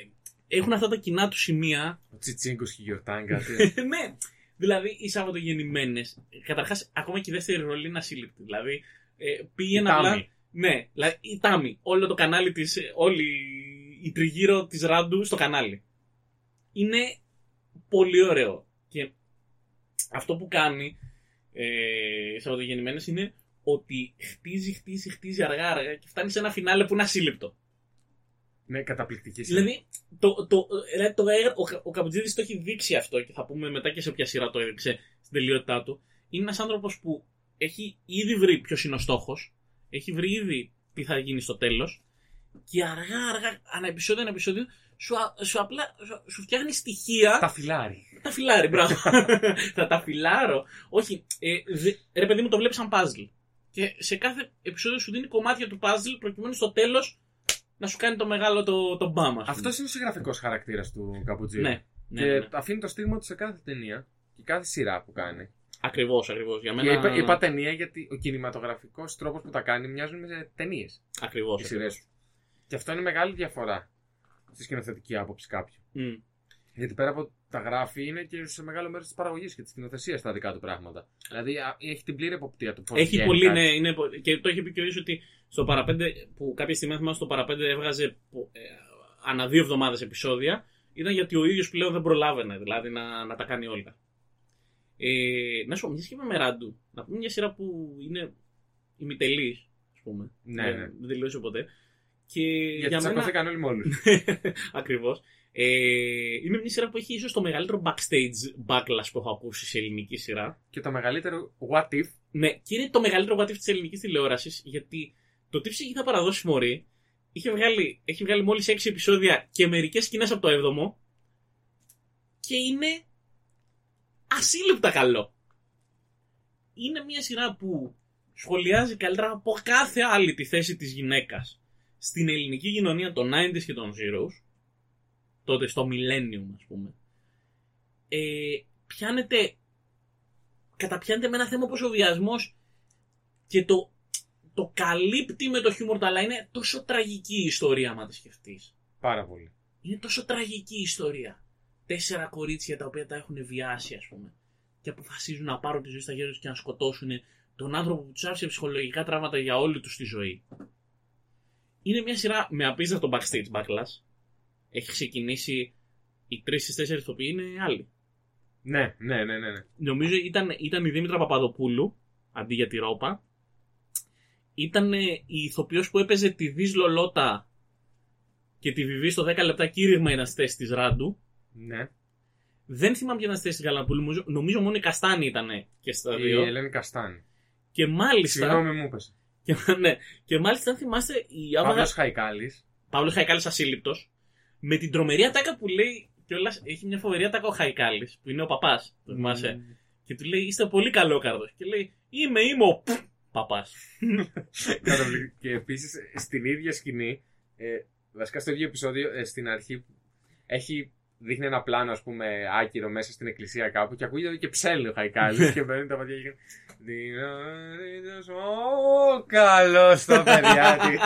B: έχουν αυτά τα κοινά του σημεία
A: Ο Τσιτσίγκος και η Γιορτάγκα. τι.
B: ναι. Δηλαδή, οι Σαββατογεννημένες, καταρχάς, ακόμα και η δεύτερη ρολή είναι ασύλληπτη. Δηλαδή, ε, πήγαινε
A: Η
B: απλά.
A: Τάμι.
B: Ναι, δηλαδή, η Τάμι, όλο το κανάλι της, όλη η τριγύρω της Ράντου στο κανάλι. Είναι πολύ ωραίο. Και αυτό που κάνει ε, οι Σαββατογεννημένες είναι ότι χτίζει, χτίζει, χτίζει αργά, αργά και φτάνει σε ένα φινάλε που είναι ασύλληπτο.
A: ναι, καταπληκτική σκηνή.
B: Δηλαδή, το, το, δηλαδή το, έγρα- ο, Κα- ο Καπουτζίδης το έχει δείξει αυτό και θα πούμε μετά και σε ποια σειρά το έδειξε στην τελειότητά του. Είναι ένας άνθρωπος που έχει ήδη βρει ποιος είναι ο στόχος, έχει βρει ήδη τι θα γίνει στο τέλος και αργά αργά, ανά επεισόδιο, ανά επεισόδιο, σου, α- σου απλά σου, σου φτιάχνει στοιχεία
A: τα φιλάρι.
B: τα φιλάρει, μπράβο. θα τα φιλάρω. Όχι, ε, δε, ρε παιδί μου το βλέπεις σαν puzzle. Και σε κάθε επεισόδιο σου δίνει κομμάτια του puzzle προκειμένου στο τέλος να σου κάνει το μεγάλο το, το μπάμα. ας
A: Αυτός
B: πούμε.
A: είναι ο συγγραφικός χαρακτήρας του Καπουτζίδη.
B: Ναι,
A: Και
B: ναι, ναι, ναι.
A: αφήνει το στίγμα του σε κάθε ταινία και κάθε σειρά που κάνει.
B: Ακριβώς, ακριβώς. Για μένα.
A: Και είπα, είπα ταινία γιατί ο κινηματογραφικός τρόπος που τα κάνει μοιάζουν με ταινίες.
B: Ακριβώς.
A: Οι σειρές του. Και αυτό είναι μεγάλη διαφορά στη σκηνοθετική άποψη κάποιου. Γιατί πέρα από τα γράφει είναι και σε μεγάλο μέρος της παραγωγής και της σκηνοθεσίας τα δικά του πράγματα. Δηλαδή α, έχει την πλήρη εποπτεία του. πώς
B: Έχει
A: βγαίνει
B: πολύ,
A: κάτι.
B: ναι, είναι, πο- και το έχει πει και ο ίδιος ότι στο παραπέντε, που κάποια στιγμή θυμάμαι στο παραπέντε έβγαζε πο- ε, ανά δύο εβδομάδες επεισόδια, ήταν γιατί ο ίδιος πλέον δεν προλάβαινε, δηλαδή να, να τα κάνει όλα. Ε, να σου πω, μιας και με Ράντου, να πούμε μια σειρά που είναι ημιτελής, ας πούμε.
A: Ναι, ναι.
B: Δεν, δεν τελειώσει ποτέ. Και
A: Γιατί
B: Ε, για μένα,
A: τσακώθηκαν όλοι με όλους.
B: Ακριβώς. Ε, είναι μια σειρά που έχει ίσως το μεγαλύτερο backstage backlash που έχω ακούσει σε ελληνική σειρά.
A: και το μεγαλύτερο what if.
B: Ναι, και είναι το μεγαλύτερο what if της ελληνικής τηλεόρασης, γιατί το τι ψυχή θα παραδώσει μωρή είχε βγάλει, έχει βγάλει μόλις 6 επεισόδια και μερικές σκηνές από το 7ο και είναι ασύλληπτα καλό. Είναι μια σειρά που σχολιάζει καλύτερα από κάθε άλλη τη θέση της γυναίκας στην ελληνική κοινωνία των 90s και των Zeros, τότε στο Millennium ας πούμε, ε, πιάνεται, καταπιάνεται με ένα θέμα όπως ο βιασμός και το, το καλύπτει με το χιούμορ του, αλλά είναι τόσο τραγική η ιστορία άμα τη σκεφτείς.
A: Πάρα πολύ.
B: Είναι τόσο τραγική η ιστορία. Τέσσερα κορίτσια τα οποία τα έχουν βιάσει, ας πούμε. Και αποφασίζουν να πάρουν τη ζωή στα χέρια τους και να σκοτώσουν τον άνθρωπο που τους άφησε ψυχολογικά τραύματα για όλη τους τη ζωή. Είναι μια σειρά με απίστευτο backstage backlash. Έχει ξεκινήσει. Οι τρεις στις τέσσερις ηθοποιοί είναι άλλοι.
A: Ναι, ναι, ναι, ναι. ναι.
B: Νομίζω ήταν, ήταν η Δήμητρα Παπαδοπούλου αντί για τη Ρόπα. Ήταν ε, η ηθοποιός που έπαιζε τη Δις Λολότα και τη Βιβί στο 10 λεπτά κήρυγμα ήταν στη θέση της Ράντου.
A: ναι.
B: Δεν θυμάμαι ποια ήταν στη θέση της Γαλανοπούλου. Νομίζω, νομίζω μόνο η Καστάνη ήταν και στα
A: Η
B: δύο.
A: Ελένη Καστάνη.
B: Και μάλιστα.
A: Συγγνώμη μου είπες.
B: και, ναι, και μάλιστα, αν θυμάστε, η Άβα
A: Παύλο Χαϊκάλης.
B: Παύλος Χαϊκάλης ασύλληπτος. Με την τρομερή ατάκα που λέει κιόλας. Έχει μια φοβερή ατάκα ο Χαϊκάλης, που είναι ο παπάς.
A: Ναι.
B: Το θυμάσαι. Και του λέει είστε πολύ καλό Και λέει είμαι, είμαι ο παπά.
A: Καταπληκτικό. και επίσης στην ίδια σκηνή, ε, βασικά στο ίδιο επεισόδιο, ε, στην αρχή έχει, δείχνει ένα πλάνο, ας πούμε, άκυρο μέσα στην εκκλησία κάπου και ακούγεται και ψέλιο
B: Ναι.
A: χαϊκάλι και μπαίνουν τα παιδιά και. κάνουν, «Δυνατήτως, Ω, καλό στα παιδιά τη.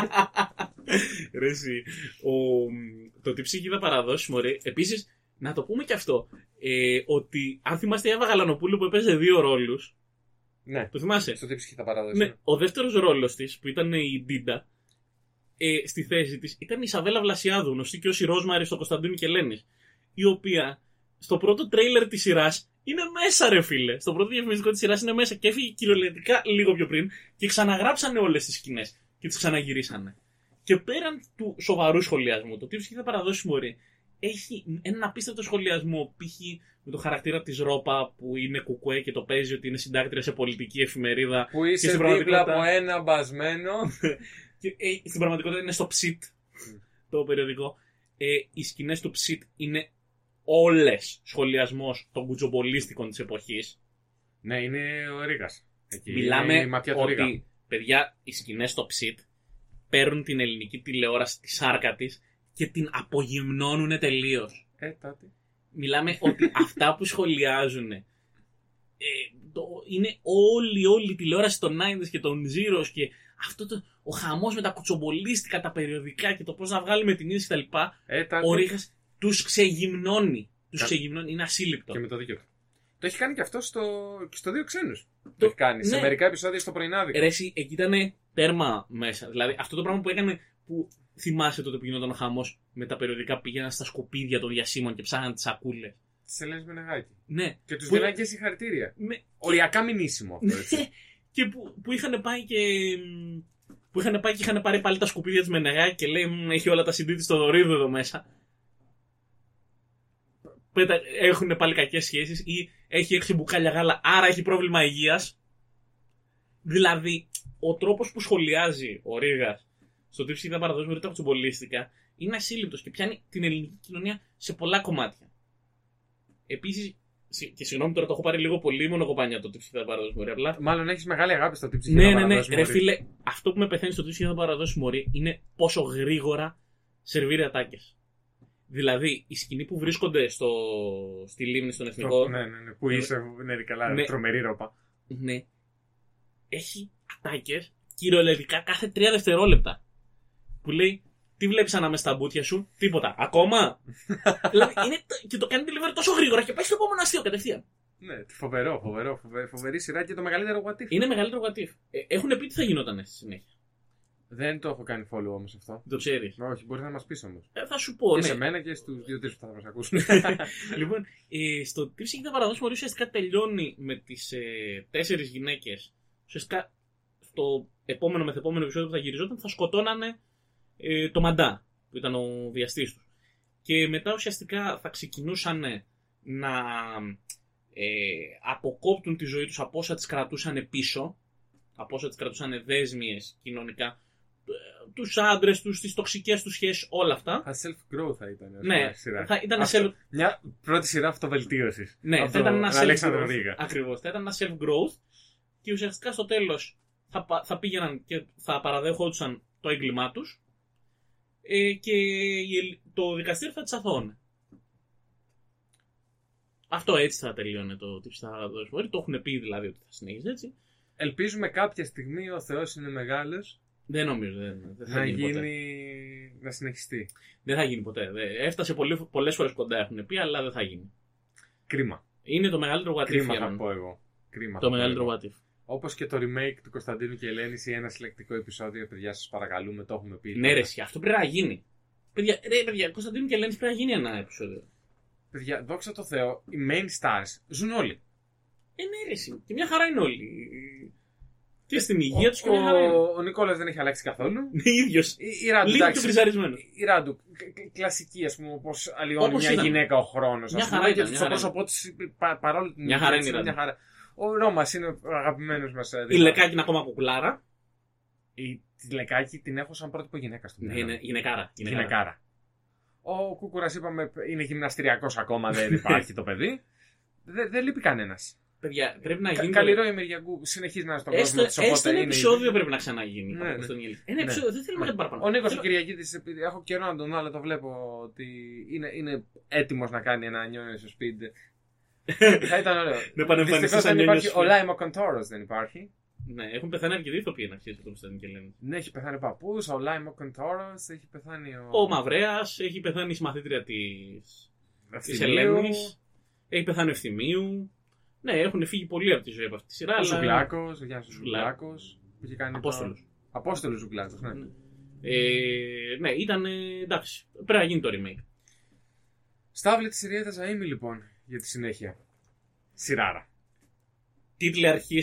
B: Ρε εσύ, ο, το τι ψυχή θα παραδώσει, μωρέ. Επίσης, να το πούμε και αυτό. Ε, ότι αν θυμάστε η Εύα Γαλανοπούλου που έπαιζε δύο ρόλους.
A: Ναι,
B: Το θυμάσαι.
A: στο τι ψυχή θα παραδώσει.
B: Ναι, ο δεύτερος ρόλος της, που ήταν η Ντίντα, ε, στη θέση της ήταν η Σαβέλα Βλασιάδου, γνωστή και ως η Ρόσμαρη στο Κωνσταντίνου και Ελένη. Η οποία στο πρώτο τρέιλερ της σειράς είναι μέσα, ρε φίλε. Στο πρώτο διαφημιστικό της σειράς είναι μέσα και έφυγε κυριολεκτικά λίγο πιο πριν και ξαναγράψανε όλες τις σκηνές και τις ξαναγυρίσανε. Και πέραν του σοβαρού σχολιασμού, το τι ψυχή θα παραδώσει μωρή, έχει έναν απίστευτο σχολιασμό. Π.χ. με το χαρακτήρα της Ρόπα που είναι κουκουέ και το παίζει ότι είναι συντάκτρια σε πολιτική εφημερίδα.
C: Που είσαι
B: στην
C: δίπλα
B: πραγματικότητα-
C: από ένα μπασμένο.
B: Και, ε, στην πραγματικότητα είναι στο ψιτ το περιοδικό. Ε, οι σκηνές του ψιτ είναι όλες σχολιασμός των κουτσομπολίστικων της εποχής.
A: Ναι, είναι ο Ρίγα.
B: Μιλάμε
A: η ματιά του Ρίγα.
B: ότι, παιδιά, οι σκηνές στο ψιτ παίρνουν την ελληνική τηλεόραση τη σάρκα της και την απογυμνώνουν τελείως.
C: Ε, τότε.
B: Μιλάμε ότι αυτά που σχολιάζουν ε, το, είναι όλη, όλη η τηλεόραση των 90s και των Zeros και αυτό το, ο χαμός με τα κουτσομπολίστικα, τα περιοδικά και το πώς να βγάλουμε την είδηση κτλ.
A: Ε, τα-
B: Ο Ρίχας τους ξεγυμνώνει. Τους
A: Κα-
B: ξεγυμνώνει. Είναι ασύλληπτο.
A: Και με το δίκιο του. Το έχει κάνει και αυτό στο, και στο δύο ξένους. Το...
B: Το-
A: έχει κάνει σε
B: ναι. Ε,
A: μερικά επεισόδια στο πρωινάδικο.
B: Ρε, εσύ, εκεί ήταν τέρμα μέσα. Δηλαδή, αυτό το πράγμα που έκανε που θυμάσαι τότε που γινόταν ο χαμός με τα περιοδικά πήγαιναν στα σκουπίδια των διασύμων και ψάχναν τις σακούλες.
A: Τις ελέγχει με νεγάκι.
B: Ναι.
A: Και τους
B: Που- Ναι.
A: δίνανε και συγχαρητήρια.
B: Με...
A: Οριακά μηνύσιμο αυτό έτσι.
B: και που, που είχαν πάει και. μ, Που είχαν πάει και είχαν πάρει πάλι τα σκουπίδια της Μενεγάκη και λέει «Μ, έχει όλα τα CD της στο δωρίδο εδώ μέσα. Πέτα, έχουν πάλι κακές σχέσεις ή έχει έξι μπουκάλια γάλα, άρα έχει πρόβλημα υγείας. Δηλαδή, ο τρόπος που σχολιάζει ο Ρίγας στο τι ψήφινα παραδόση με τα κουτσομπολίστικα είναι ασύλληπτος και πιάνει την ελληνική κοινωνία σε πολλά κομμάτια. Επίσης, συ- και συγγνώμη τώρα το έχω πάρει λίγο πολύ μονοκοπάνια το τι ψήφινα παραδόση μου, απλά
A: Μάλλον έχεις μεγάλη αγάπη στο τύψη.
B: ναι, ναι, ναι. Ρε φίλε, αυτό που με πεθαίνει στο Twitch για να παραδώσει Μωρή είναι πόσο γρήγορα σερβίρει ατάκες. Δηλαδή, οι σκηνοί που βρίσκονται στο... στη λίμνη, στον εθνικό.
A: Ναι, ναι, ναι. Που είσαι, ναι, καλά,
B: Ναι.
A: τρομερή ρόπα.
B: ναι, έχει ατάκες κυριολεκτικά κάθε τρία δευτερόλεπτα. Που λέει, τι βλέπεις ανάμεσα στα μπουτια σου, τίποτα. Ακόμα! δηλαδή, είναι... το- και το κάνει delivery τόσο γρήγορα και πάει στο επόμενο αστείο κατευθείαν.
A: Ναι, φοβερό, φοβερό, φοβε- φοβερή σειρά και το μεγαλύτερο what if.
B: Είναι μεγαλύτερο what if. Ε, έχουν πει τι θα γινόταν στη συνέχεια.
A: Δεν το έχω κάνει follow όμως αυτό.
B: Το ξέρεις.
A: Όχι, μπορεί να μας πεις όμως.
B: Ε, θα σου πω,
A: Και
B: ναι.
A: σε μένα και στους δύο-τρει που θα μας ακούσουν.
B: λοιπόν, ε, στο Tips και τα παραδόση Μωρή ουσιαστικά τελειώνει με τις ε, τέσσερις γυναίκες. Ουσιαστικά στο επόμενο μεθεπόμενο επεισόδιο που θα γυριζόταν θα σκοτώνανε ε, το Μαντά που ήταν ο βιαστής τους. Και μετά ουσιαστικά θα ξεκινούσαν να ε, αποκόπτουν τη ζωή τους από όσα τις κρατούσαν πίσω, από όσα τις κρατούσαν δέσμιες κοινωνικά, ε, τους άντρες τους, τις τοξικές τους σχέσεις, όλα αυτά.
A: Θα self-grow θα ήταν. ας πούμε,
B: Ναι,
A: η σειρά.
B: θα ήταν
A: Αυτό.
B: σε,
A: Μια πρώτη σειρά αυτοβελτίωσης.
B: Ναι,
A: από
B: θα ήταν
A: τον
B: ένα
A: Αλέξανδρο
B: self-growth.
A: Ρίγα.
B: Ακριβώς. Θα ήταν ένα self-growth και ουσιαστικά στο τέλος θα, πα- θα πήγαιναν και θα παραδέχονταν το έγκλημά τους ε, και η ελ- το δικαστήριο θα τι αθώωνε. Αυτό έτσι θα τελειώνει το τύψη θα δώσει Το έχουν πει δηλαδή ότι θα συνεχίζει έτσι.
A: Ελπίζουμε κάποια στιγμή ο Θεός είναι μεγάλος
B: Δεν νομίζω. Δεν, δεν θα
A: να
B: γίνει. ποτέ.
A: γίνει. να συνεχιστεί.
B: Δεν θα γίνει ποτέ. Δεν- Έφτασε πολλές φορές κοντά έχουν πει, αλλά δεν θα γίνει.
A: Κρίμα.
B: Είναι το μεγαλύτερο what if.
A: Κρίμα
B: για
A: θα
B: μένα.
A: πω εγώ. Κρίμα
B: Το μεγαλύτερο what if.
A: Όπως και το remake του Κωνσταντίνου και Ελένης ή ένα συλλεκτικό επεισόδιο, παιδιά, σας παρακαλούμε, το έχουμε πει.
B: Ναι, ρε, εσύ, αυτό πρέπει να γίνει. Παιδιά, ρε, παιδιά, Κωνσταντίνου και Ελένης πρέπει να γίνει ένα επεισόδιο.
A: Παιδιά, δόξα τω Θεώ, οι main stars ζουν όλοι.
B: Ε, ναι, ρε, εσύ. Και μια χαρά είναι όλοι. Και στην υγεία
A: Ο-
B: τους και μια χαρά είναι.
A: Ο, ο Νικόλας δεν έχει αλλάξει καθόλου.
B: Είναι ίδιος.
A: Η, η Ράντου,
B: Λίγο πιο
A: εντάξει.
B: κρυζαρισμένο.
A: Η Ράντου, κ- κ- κλασική, ας πούμε, όπω αλλοιώνει
B: Όπως
A: μια
B: ήταν.
A: γυναίκα ο χρόνος.
B: Μια χαρά ήταν,
A: Και
B: μια
A: στο
B: χαρά
A: πρόσωπό τη, παρόλο την
B: Μια χαρά
A: ηλικία της,
B: είναι η
A: μια χαρά. Ο Ρώμα είναι ο αγαπημένος μας.
B: Η Λεκάκη είναι ακόμα κουκουλάρα.
A: Η, τη Λεκάκη την έχω σαν πρότυπο γυναίκα του.
B: Ναι, είναι γυναικάρα. γυναικάρα.
A: Γυναικάρα. Ο Κούκουρας, είπαμε, είναι γυμναστηριακός ακόμα, δεν υπάρχει το παιδί. Δεν, δεν λείπει κανένας.
B: Παιδιά, πρέπει να γίνει.
A: Καλή ροή Μυριαγκού, συνεχίζει να είναι στον κόσμο
B: Έστω,
A: της.
B: έστω ένα επεισόδιο πρέπει να ξαναγίνει.
A: Ναι,
B: Ναι,
A: ναι.
B: Ένα
A: Ναι.
B: επεισόδιο, δεν θέλουμε κάτι παραπάνω.
A: Ο Νίκος ο
B: Θέλω-
A: Κυριακίδης, επειδή έχω καιρό να τον δω, αλλά το βλέπω ότι είναι, είναι έτοιμος να κάνει ένα νιόνιο στο speed. Θα ήταν ωραίο.
B: Να επανεμφανιστεί
A: Δυστυχώς
B: σαν
A: δεν
B: νιόνιος
A: υπάρχει.
B: στο
A: Ο
B: speed.
A: Λάιμο Κοντόρο δεν υπάρχει.
B: Ναι, έχουν πεθάνει αρκετοί ηθοποιοί να ξέρει το Κωνσταντίνου και Ελένη.
A: Ναι, έχει πεθάνει ο παππούς, ο Λάιμο Κοντόρο, έχει πεθάνει ο.
B: Ο Μαυρέας έχει πεθάνει η συμμαθήτρια της τη
A: Ευθυμίου,
B: Ελένης. Έχει πεθάνει ο Ευθυμίου. Ναι, έχουν φύγει πολλοί από τη ζωή από αυτή τη σειρά.
A: Ο
B: αλλά-
A: Ζουγκλάκος, ο Γιάννη
B: Ζουγκλά-
A: Ζουγκλάκο. Που είχε κάνει.
B: Απόστολος.
A: Απόστολος Ζουγκλάκος, ναι.
B: Ε, ναι, ήταν ε, εντάξει. Πρέπει να γίνει το remake.
A: Στάβλη τη Ιριέτα Ζαΐμι λοιπόν για τη συνέχεια. Σειράρα.
B: Τίτλοι αρχής.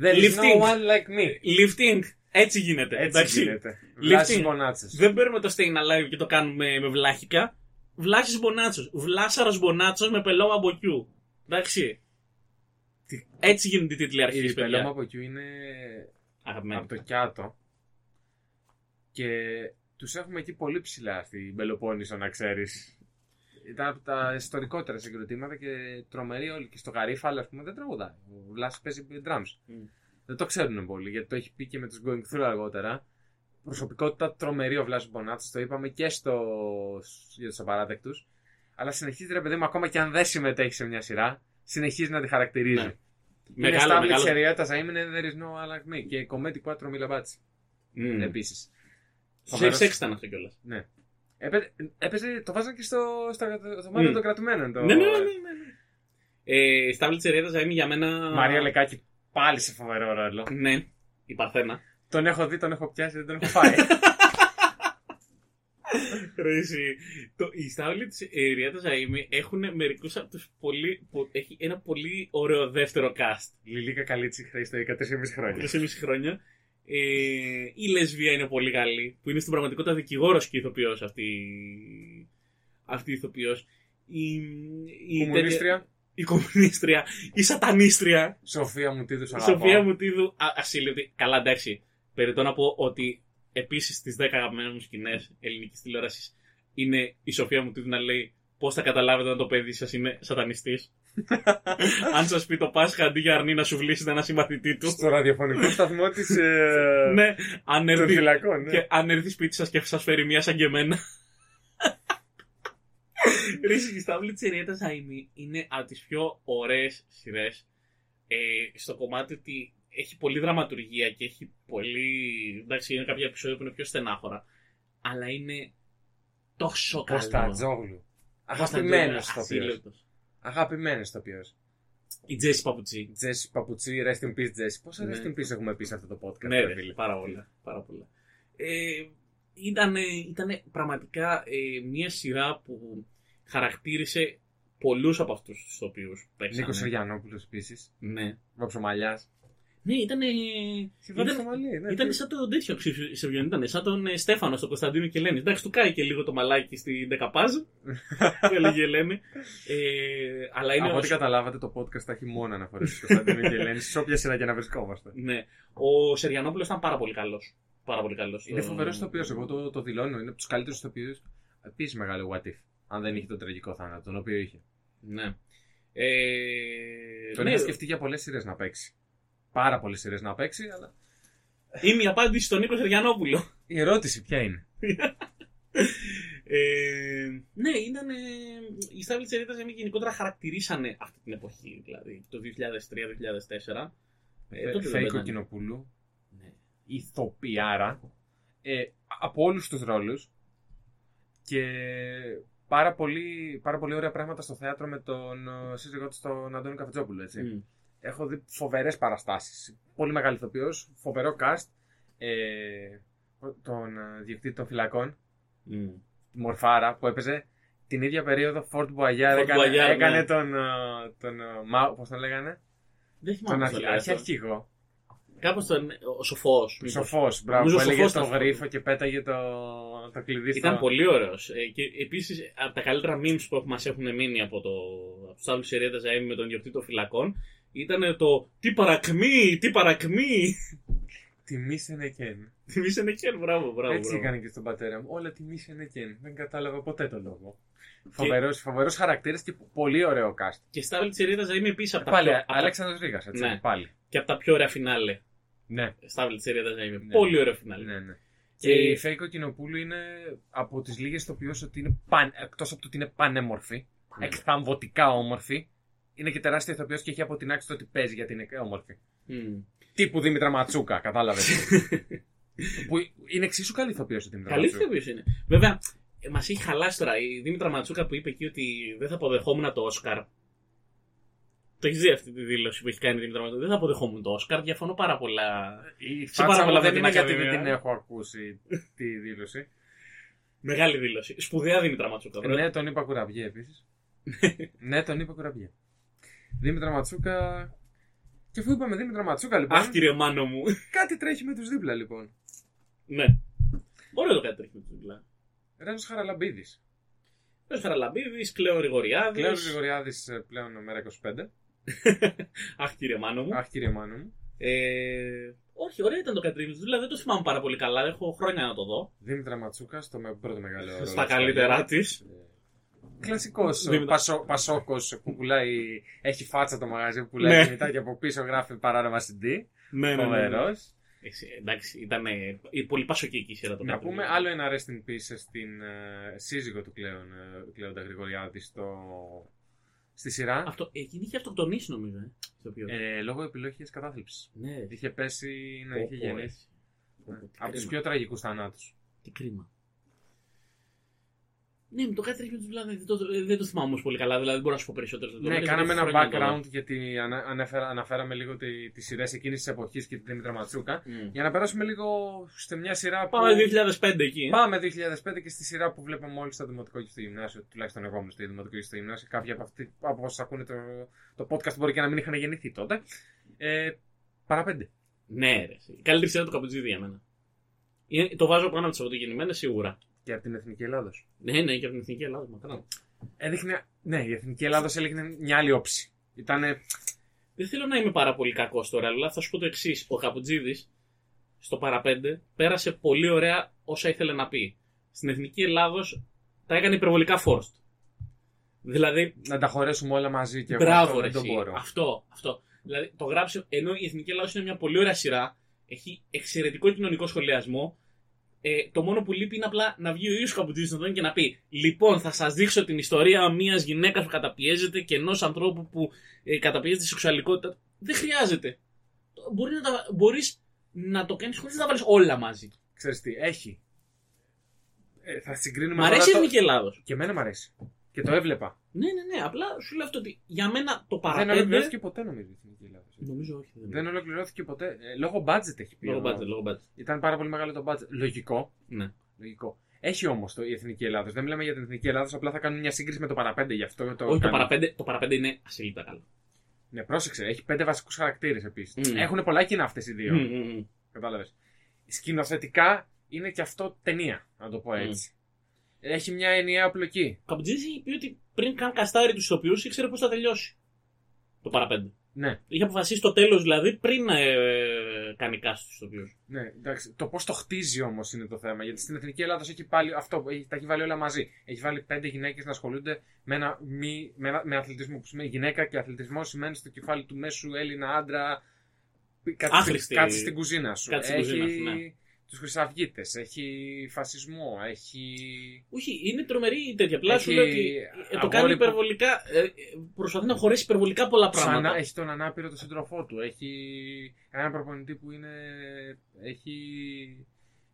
A: There is no
B: Lifting.
A: one like me.
B: Lifting. Έτσι γίνεται.
A: Έτσι
B: εντάξει.
A: γίνεται. Βλάσει
B: Lifting.
A: μπονάτσε.
B: Δεν παίρνουμε το Staying Alive και το κάνουμε με βλάχικα. Βλάχης Μπονάτσος. Βλάσαρος Μπονάτσος με πελώμα μποκιού. Εντάξει. Τι- Έτσι γίνονται οι τίτλοι
A: Η πελώμα
B: αρχή, παιδιά. Ναι.
A: από εκεί είναι
B: Αγαπημένη.
A: από το Κιάτο. Και τους έχουμε εκεί πολύ ψηλά αυτή η Μπελοπόννησο, να ξέρεις. Ήταν από τα ιστορικότερα συγκροτήματα και τρομερή όλοι. Και στο Γαρίφαλ, ας πούμε, δεν τραγουδάει. Ο Βλάσης παίζει drums.
B: Mm.
A: Δεν το ξέρουν πολύ, γιατί το έχει πει και με τους Going Through αργότερα. Προσωπικότητα τρομερή ο Βλάσης Μπονάτσο, το είπαμε και στο... για τους απαράδεκτους. Αλλά συνεχίζει, ρε παιδί μου, ακόμα και αν δεν συμμετέχει σε μια σειρά, συνεχίζει να τη χαρακτηρίζει.
B: Ναι.
A: Μεγάλο,
B: Μεγάλο,
A: είναι
B: μεγάλο.
A: σερία τα είναι there is no other me. ναι, Και κομμάτι 4 μιλαμπάτσι. Mm.
B: Mm.
A: Επίση.
B: Σεξ σεξ ήταν αυτό κιόλας.
A: Ναι. Έπαιζε, έπαιζε, το βάζανε και στο, στα, στο μάτι
B: Μμμ.
A: των κρατουμένων. Το...
B: Ναι, ναι, ναι. ναι, ναι. Ε, Στάβλη Τσερέδα είναι για μένα.
A: Μαρία Λεκάκη πάλι σε φοβερό ρόλο.
B: Ναι, η Παρθένα.
A: τον έχω δει, τον έχω πιάσει, δεν τον έχω φάει.
B: Ρε εσύ, το, οι στάβλοι τη Ριάτα Ζαΐμι έχουν μερικούς από τους πολύ. πο- έχει ένα πολύ ωραίο δεύτερο cast.
A: Λιλίκα Καλίτσι χρήστε 14,5 χρόνια.
B: 3,5 χρόνια. Ε, η Λεσβία είναι πολύ καλή, που είναι στην πραγματικότητα δικηγόρος και ηθοποιός αυτή, αυτή η ηθοποιός. Η, η,
A: Κομμουνίστρια,
B: Η κομμουνίστρια, η σατανίστρια.
A: Σοφία μου τίτλου
B: Η
A: αγαπώ.
B: Σοφία Μουτίδου, α- ασύλληπτη. Καλά, εντάξει. Περιττώ να πω ότι επίσης στις 10 αγαπημένες μου σκηνές ελληνικής τηλεόρασης είναι η Σοφία Μουτίδου να λέει πώς θα καταλάβετε αν το παιδί σας είναι σατανιστής. αν σας πει το Πάσχα αντί για αρνή να σου βλύσετε ένα συμπαθητή του.
A: Στο ραδιοφωνικό σταθμό της. Ε...
B: ναι, αν
A: Των
B: έρθει,
A: φυλακών, ναι.
B: και αν έρθει σπίτι σας και σας φέρει μία σαν και εμένα. Ρίση, η στάβλη τη Ριέτα Ζαϊμί είναι από τις πιο ωραίες σειρές. Ε, στο κομμάτι ότι έχει πολλή δραματουργία και έχει πολύ. εντάξει, είναι κάποια επεισόδια που είναι πιο στενάχωρα. Αλλά είναι τόσο καλό.
A: Κωνσταντζόγλου. Αγαπημένο
B: Αγαπημένο
A: το οποίο. Αγαπημένο το οποίο.
B: Η Τζέσι Παπουτσί.
A: Τζέσι Παπουτσί, rest in peace, Τζέσι. Πόσα
B: Ναι.
A: rest in peace έχουμε πει σε αυτό το podcast,
B: Ναι,
A: ρε
B: ρε,
A: φίλε.
B: πάρα πολλά. Πάρα πολλά. Ε, ήταν, πραγματικά ε, μια σειρά που χαρακτήρισε πολλούς από αυτούς τους οποίους παίξανε.
A: Νίκος Σεριανόπουλο επίσης.
B: Ναι.
A: Βάψο Μαλιά.
B: Ναι, ήταν,
A: Βάψο Μαλί, ναι.
B: ήταν σαν τον τέτοιο Σευγιον, ήταν σαν τον ε, Στέφανος στον Κωνσταντίνο και Ελένη. Εντάξει, του κάει και λίγο το μαλάκι στην Δεκαπάζ, που έλεγε η Ελένη. Ε, αλλά είναι
A: Από ό,τι
B: ο,
A: καταλάβατε, το podcast θα έχει μόνο αναφορέ στο Κωνσταντίνο και Ελένη, σε όποια σειρά και να βρισκόμαστε.
B: ναι. ο Σεριανόπουλος ήταν πάρα πολύ καλός. Πάρα πολύ καλός.
A: Είναι
B: Ε,
A: φοβερός το οποίο, εγώ το, το δηλώνω. Είναι από τους καλύτερους ηθοποιούς. Επίσης μεγάλο what if. Αν δεν είχε τον τραγικό θάνατο, τον οποίο είχε.
B: Ναι. Ε,
A: Τον
B: ναι,
A: είχα σκεφτεί για πολλές σειρές να παίξει. Πάρα πολλές σειρές να παίξει, αλλά.
B: Είμαι η απάντηση στον Νίκο Σεριανόπουλο.
A: Η ερώτηση ποια είναι.
B: Ε, ναι, ήταν. Ε, οι Στάβλη τη Ερήτα γενικότερα χαρακτηρίσανε αυτή την εποχή, δηλαδή το 2003-2004. Ε, τότε δεν
A: Φέικο
B: πέθανε.
A: Κοινοπούλου,
B: Ναι.
A: ηθοποιάρα ε, από όλους τους ρόλους και πάρα πολύ, πάρα πολύ ωραία πράγματα στο θέατρο με τον ε, σύζυγό του τον Αντώνη Καφετζόπουλο, έτσι.
B: Μμ.
A: Έχω δει φοβερές παραστάσεις. Πολύ μεγάλη ηθοποιός, φοβερό cast. Ε, τον ε, διοκτήτη των φυλακών,
B: Μμ.
A: τη Μορφάρα που έπαιζε την ίδια περίοδο Fort Boyard έκανε,
B: Boyard, ναι.
A: έκανε τον, ε, τον, ε, Μα- πώς τον λέγανε,
B: Δεν
A: τον
B: θυμάμαι.
A: αρχι- αρχηγό.
B: Κάπως τον. Ο σοφός.
A: Σοφός, μπράβο. Που
B: Νομίζω
A: έλεγε
B: σοφός
A: στο
B: ήταν.
A: γρίφο και πέταγε το, το κλειδί στο.
B: Ήταν πολύ ωραίος. Ε, και επίσης από τα καλύτερα memes που μας έχουν μείνει από, το, από τους άλλους Ερήτα Ζαέμι με τον διοκτήτη των φυλακών ήταν το Τι παρακμή, τι παρακμή.
A: Τιμή σε νεκέν.
B: Θυμήσανε και μπράβο, μπράβο.
A: Έτσι
B: μπράβο.
A: έκανε και στον πατέρα μου. Όλα τιμή σε νεκέν. Δεν κατάλαβα ποτέ τον λόγο. Φοβερός, φοβερός χαρακτήρας και πολύ ωραίο cast.
B: Και Στάβλη τη Ερήτα είμαι επίση από, τα
A: Ε, Πάλι
B: πιο- από τα-
A: Αλέξανδρος Ρήγας, έτσι.
B: Ε, Ναι.
A: Πάλι.
B: και από τα πιο ωραία φινάλε.
A: Ναι.
B: Στάβλη τη Ερήτα είμαι.
A: Ναι.
B: Πολύ ωραίο φινάλε.
A: ναι, ναι. Και
B: Και-
A: η Φέικο Κοινοπούλου είναι από τις λίγες το ότι είναι παν... εκτός από το ότι είναι πανέμορφη,
B: Ναι.
A: εκθαμβωτικά όμορφη, είναι και τεράστια ηθοποιός και έχει αποτινάξει το ότι παίζει γιατί είναι όμορφη.
B: Μμμ.
A: Τύπου Δήμητρα Ματσούκα, κατάλαβες. Ναι, που είναι εξίσου καλή ηθοποιός η Δήμητρα
B: Καλή
A: Ματσούκα.
B: ηθοποιός είναι. Βέβαια, μας έχει χαλάσει τώρα η Δήμητρα Ματσούκα που είπε εκεί ότι δεν θα αποδεχόμουν το Όσκαρ. Το έχεις δει αυτή τη δήλωση που έχει κάνει η Δήμητρα Ματσούκα. Δεν θα αποδεχόμουν το Όσκαρ. Διαφωνώ πάρα πολλά.
A: Η
B: Σε πάρα
A: φάτσα μου
B: πολλά
A: δεν
B: με
A: είναι
B: την
A: γιατί δεν
B: Ακαδημία.
A: την έχω ακούσει τη δήλωση.
B: Μεγάλη δήλωση. Σπουδαία Δήμητρα Ματσούκα. βέβαια.
A: ναι, τον είπα κουραμπιέ επίσης. ναι, τον είπα κουραμπιέ. Δήμητρα Ματσούκα Και αφού είπαμε Δήμητρο Ματσούκα, λοιπόν.
B: Αχ, κύριε Μάνο μου.
A: Κάτι τρέχει με τους δίπλα, λοιπόν.
B: ναι. Ωραίο το δηλαδή. κάτι τρέχει με τη δουλειά.
A: Ρένος Χαραλαμπίδης.
B: Ποιο Χαραλαμπίδης, Κλέο Ριγοριάδη.
A: Κλέον Γρηγοριάδης ε, πλέον μέρα 25.
B: Αχ, κύριε Μάνο μου.
A: Αχ, κύριε Μάνο μου.
B: Ε, όχι, ωραίο ήταν το Κατρίνη δουλειά. Δεν το θυμάμαι πάρα πολύ καλά. Έχω χρόνια να το δω.
A: Δήμητρα Ματσούκα στο με- πρώτο μεγάλο ρόλο.
B: Στα
A: της
B: καλύτερά της.
A: Ε, Κλασικός
B: Δήμητρα.
A: πασόκος που πουλάει. Έχει φάτσα το μαγαζί που πουλάει
B: Ναι.
A: κινητά και από πίσω γράφει παράνομα CD.
B: Ναι,
A: Φοβερός.
B: Εσύ, εντάξει, ήταν ε, η πολύ πασοκική η σειρά το
A: Να
B: Κατρίνη.
A: πούμε άλλο ένα rest in peace στην ε, σύζυγο του Κλέον, ε, Κλέοντα Γρηγοριάδη στο... στη σειρά.
B: Αυτό, εκείνη είχε αυτοκτονήσει νομίζω. Ε, στο οποίο.
A: Ε, λόγω επιλογής κατάθλιψης.
B: ναι,
A: Είχε πέσει, ναι, είχε
B: Πω, πω,
A: γεννήσει. Ναι,
B: έτσι. Πω, πω, ε, τι
A: Από τους
B: κρίμα.
A: πιο τραγικούς θανάτους.
B: Τι κρίμα. Ναι, με το κάτι τρέχει με τη δουλειά. Δεν το, δεν το θυμάμαι όμως πολύ καλά. Δηλαδή, δεν μπορώ να σου πω περισσότερο. Δεν το
A: Ναι,
B: λέω,
A: κάναμε
B: γιατί
A: ένα
B: έχω χρόνια να το
A: background γιατί ανα- ανέφερα, αναφέραμε λίγο τη, τις σειρές εκείνης της εποχής και τη Δήμητρα Ματσούκα.
B: δω. Μμ.
A: Για να περάσουμε λίγο σε μια σειρά που...
B: Ναι. Πάμε 2005 εκεί.
A: Πάμε 2005 και στη σειρά που βλέπαμε όλοι στο δημοτικό και στο γυμνάσιο, τουλάχιστον εγώ ήμουν στο δημοτικό και στο γυμνάσιο. Κάποιοι από, αυτοί, από όσους ακούνε το, το podcast μπορεί και να μην είχαν γεννηθεί τότε. Ε, παρά πέντε.
B: Ναι, ρε. Η καλύτερη σειρά του Καπιτζίδη για μένα. Είναι- το βάζω πάνω από τις Σαββατογεννημένε σίγουρα.
A: Και από την Εθνική Ελλάδα.
B: Ναι, ναι, και από την Εθνική Ελλάδα. Μακρά.
A: Έδειχνε, ναι, η Εθνική Ελλάδα έλεγε μια άλλη όψη. Ήτανε,
B: Δεν θέλω να είμαι πάρα πολύ κακός τώρα, αλλά θα σου πω το εξής. Ο Καπιτζίδη στο παραπέντε πέρασε πολύ ωραία όσα ήθελε να πει. Στην Εθνική Ελλάδος τα έκανε υπερβολικά forced. Δηλαδή,
A: να τα χωρέσουμε όλα μαζί και εγώ αυτό
B: Μπράβο, ρε,
A: δεν το
B: εσύ.
A: μπορώ.
B: Αυτό, αυτό. Δηλαδή, το γράψε, ενώ η Εθνική Ελλάδος είναι μια πολύ ωραία σειρά, έχει εξαιρετικό κοινωνικό σχολιασμό. Ε, το μόνο που λείπει είναι απλά να βγει ο ίδιο Καπουτσίδη στον και να πει: Λοιπόν, θα σας δείξω την ιστορία μιας γυναίκας που καταπιέζεται και ενός ανθρώπου που ε, καταπιέζεται τη σεξουαλικότητα. του». Δεν χρειάζεται. Μπορεί να τα, μπορείς να το κάνεις χωρίς να τα βάλεις όλα μαζί.
A: Ξέρεις τι, έχει. Ε, θα συγκρίνουμε
B: Μ'
A: τώρα
B: αρέσει η
A: το-
B: Εθνική Ελλάδος.
A: Και εμένα μου αρέσει. Και το έβλεπα.
B: Ναι, ναι, ναι. Απλά σου λέω αυτό ότι για μένα
A: Δεν
B: το παραπέντε.
A: ολοκληρώθηκε ποτέ νομίζω η Εθνική Ελλάδα.
B: Νομίζω όχι. Δεν...
A: Δεν ολοκληρώθηκε ποτέ. Ε, λόγω budget έχει πει.
B: Λόγω
A: εδώ.
B: budget, λόγω budget.
A: Ήταν πάρα πολύ μεγάλο το budget. Λογικό.
B: Ναι.
A: Λογικό. Έχει όμως η Εθνική Ελλάδα. Δεν μιλάμε για την Εθνική Ελλάδα, απλά θα κάνουμε μια σύγκριση με το παραπέντε. Γι' αυτό το.
B: Όχι, το
A: κάνω.
B: παραπέντε, το παραπέντε είναι ασύλληπτα καλό.
A: Ναι, πρόσεξε. Έχει πέντε βασικούς χαρακτήρες επίσης.
B: Μμμ.
A: Έχουν πολλά κοινά αυτές οι δύο.
B: Μμμ, μμμ, μμμ.
A: Κατάλαβες. Σκηνοθετικά είναι και αυτό ταινία, να το πω
B: Ναι.
A: έτσι. Έχει μια ενιαία πλοκή.
B: Ο Καπιτζίδης είχε πει ότι πριν καν καστάρει τους ηθοποιούς ήξερε πώς θα τελειώσει. Το παραπέντε.
A: Ναι,
B: Είχε αποφασίσει το τέλος δηλαδή πριν ε, κάνει κάστ τους ηθοποιούς.
A: ναι, εντάξει. Το πώς το χτίζει όμως είναι το θέμα. Γιατί στην Εθνική Ελλάδα έχει πάλι αυτό, που έχει- τα έχει βάλει όλα μαζί. Έχει βάλει πέντε γυναίκες να ασχολούνται με, ένα, μη, με, ένα- με αθλητισμό. Που σημαίνει γυναίκα και αθλητισμό σημαίνει στο κεφάλι του μέσου Έλληνα άντρα. πι- Κάτσε,
B: Άχρηστη.
A: κάτσε στην κουζίνα σου.
B: Κάτσε στην
A: έχει
B: κουζίνα σου, ναι.
A: τους χρυσαυγίτες, έχει φασισμό, έχει.
B: Όχι, είναι τρομερή η τέτοια. Απλά
A: Έχει
B: σου λέει ότι ε, το
A: αγόρι
B: κάνει
A: που-
B: υπερβολικά. ε, ε, προσπαθεί να χωρέσει υπερβολικά πολλά
A: Τους
B: πράγματα.
A: ανα- έχει τον ανάπηρο το σύντροφό του. Έχει έναν προπονητή που είναι, έχει